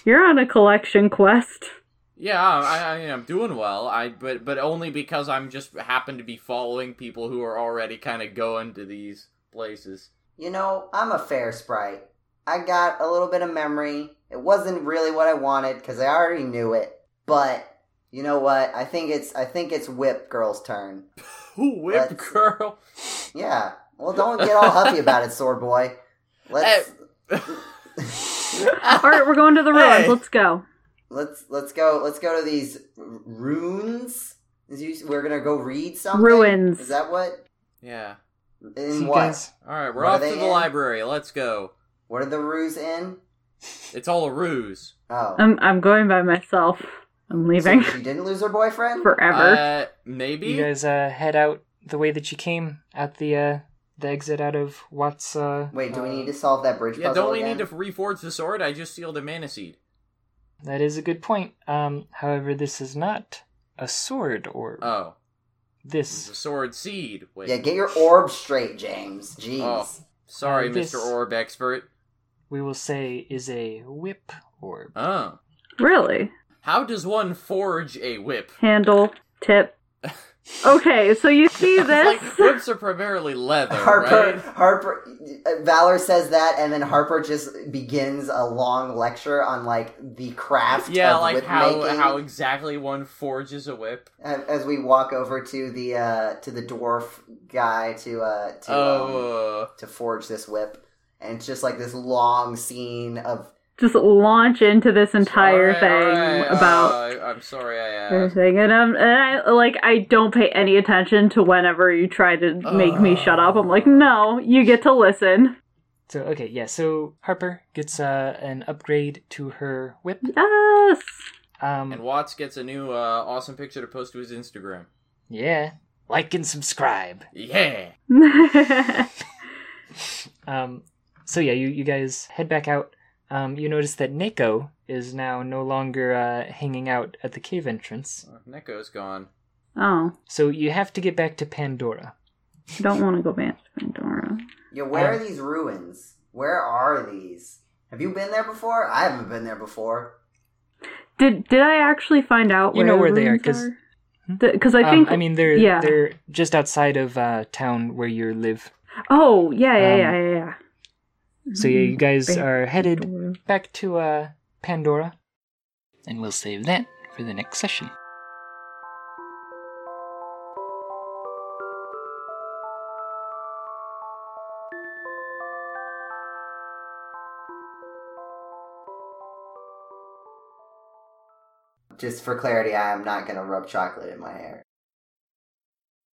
[SPEAKER 3] You're on a collection quest.
[SPEAKER 2] Yeah, I, I mean I'm doing well. I but but only because I'm just happen to be following people who are already kind of going to these places.
[SPEAKER 4] You know, I'm a fair sprite. I got a little bit of memory. It wasn't really what I wanted because I already knew it. But you know what? I think it's I think it's Whip Girl's turn.
[SPEAKER 2] Ooh, whip
[SPEAKER 4] Let's-
[SPEAKER 2] girl.
[SPEAKER 4] Yeah. Well, don't get all huffy about it, sword boy. Let's
[SPEAKER 3] All right, we're going to the ruins.
[SPEAKER 2] Hey.
[SPEAKER 3] Let's go.
[SPEAKER 4] let's let's go let's go to these r- runes. Is you, we're gonna go read something.
[SPEAKER 3] Ruins.
[SPEAKER 4] Is that what?
[SPEAKER 2] yeah.
[SPEAKER 4] In
[SPEAKER 1] So you
[SPEAKER 4] what?
[SPEAKER 1] guys-
[SPEAKER 2] All right, we're
[SPEAKER 4] What are
[SPEAKER 2] off to
[SPEAKER 4] they
[SPEAKER 2] the
[SPEAKER 4] in?
[SPEAKER 2] library. Let's go.
[SPEAKER 4] What are the ruse in?
[SPEAKER 2] It's all a ruse.
[SPEAKER 4] Oh,
[SPEAKER 3] I'm I'm going by myself. I'm leaving
[SPEAKER 4] she didn't lose her boyfriend.
[SPEAKER 3] forever.
[SPEAKER 2] Uh, maybe.
[SPEAKER 1] you guys uh, head out the way that you came at the uh, the exit out of Watts. Uh,
[SPEAKER 4] Wait, do we
[SPEAKER 1] uh,
[SPEAKER 4] need to solve that bridge
[SPEAKER 2] yeah,
[SPEAKER 4] puzzle
[SPEAKER 2] don't we
[SPEAKER 4] again?
[SPEAKER 2] need to reforge the sword? I just sealed a mana seed.
[SPEAKER 1] That is a good point. Um, however, this is not a sword orb.
[SPEAKER 2] Oh, it's a
[SPEAKER 1] this
[SPEAKER 2] sword seed. Wait.
[SPEAKER 4] Yeah, get your orb straight, James. Jeez.
[SPEAKER 2] Oh, sorry,
[SPEAKER 1] Uh, this-
[SPEAKER 2] Mr. Orb Expert.
[SPEAKER 1] we will say is a whip orb.
[SPEAKER 2] Oh.
[SPEAKER 3] really?
[SPEAKER 2] How does one forge a whip?
[SPEAKER 3] Handle tip. Okay, so you see
[SPEAKER 2] Like,
[SPEAKER 3] this?
[SPEAKER 2] whips are primarily leather,
[SPEAKER 4] Harper,
[SPEAKER 2] right?
[SPEAKER 4] Harper, uh, Valor says that, and then Harper just begins a long lecture on like the craft.
[SPEAKER 2] Yeah,
[SPEAKER 4] of
[SPEAKER 2] like
[SPEAKER 4] whip
[SPEAKER 2] how
[SPEAKER 4] making,
[SPEAKER 2] how exactly one forges a whip.
[SPEAKER 4] a- As we walk over to the uh, to the dwarf guy to uh, to um,
[SPEAKER 2] Oh,
[SPEAKER 4] to forge this whip, and it's just like this long scene of
[SPEAKER 3] Just launch into this entire
[SPEAKER 2] Alright,
[SPEAKER 3] thing
[SPEAKER 2] alright,
[SPEAKER 3] about
[SPEAKER 2] uh, I, am sorry, I asked.
[SPEAKER 3] everything, and I'm and I like I don't pay any attention to whenever you try to make me shut up. I'm like, no, you get to listen.
[SPEAKER 1] So okay, yeah. So Harper gets uh, an upgrade to her whip.
[SPEAKER 3] Yes.
[SPEAKER 1] Um,
[SPEAKER 2] And Watts gets a new uh, awesome picture to post to his Instagram.
[SPEAKER 1] yeah, like and subscribe.
[SPEAKER 2] Yeah.
[SPEAKER 1] Um, so yeah, you, you guys head back out. Um, you notice that Nico is now no longer uh, hanging out at the cave entrance.
[SPEAKER 2] Uh, Neko's gone.
[SPEAKER 3] oh,
[SPEAKER 1] So you have to get back to Pandora.
[SPEAKER 3] you don't want to go back to Pandora.
[SPEAKER 4] yeah, where
[SPEAKER 1] Um,
[SPEAKER 4] are these ruins? Where are these? Have you been there before? I haven't been there before.
[SPEAKER 3] Did did I actually find out?
[SPEAKER 1] You know
[SPEAKER 3] the
[SPEAKER 1] where they are,
[SPEAKER 3] ruins
[SPEAKER 1] 'cause-
[SPEAKER 3] because I
[SPEAKER 1] Um,
[SPEAKER 3] think
[SPEAKER 1] I mean, they're
[SPEAKER 3] yeah.
[SPEAKER 1] they're just outside of uh, town where you live.
[SPEAKER 3] Oh yeah yeah
[SPEAKER 1] Um,
[SPEAKER 3] yeah yeah. yeah.
[SPEAKER 1] So yeah,
[SPEAKER 3] Mm-hmm.
[SPEAKER 1] you guys
[SPEAKER 3] Back
[SPEAKER 1] are headed
[SPEAKER 3] Pandora.
[SPEAKER 1] back to uh, Pandora, and we'll save that for the next session.
[SPEAKER 4] Just for clarity, I am not gonna rub chocolate in my hair.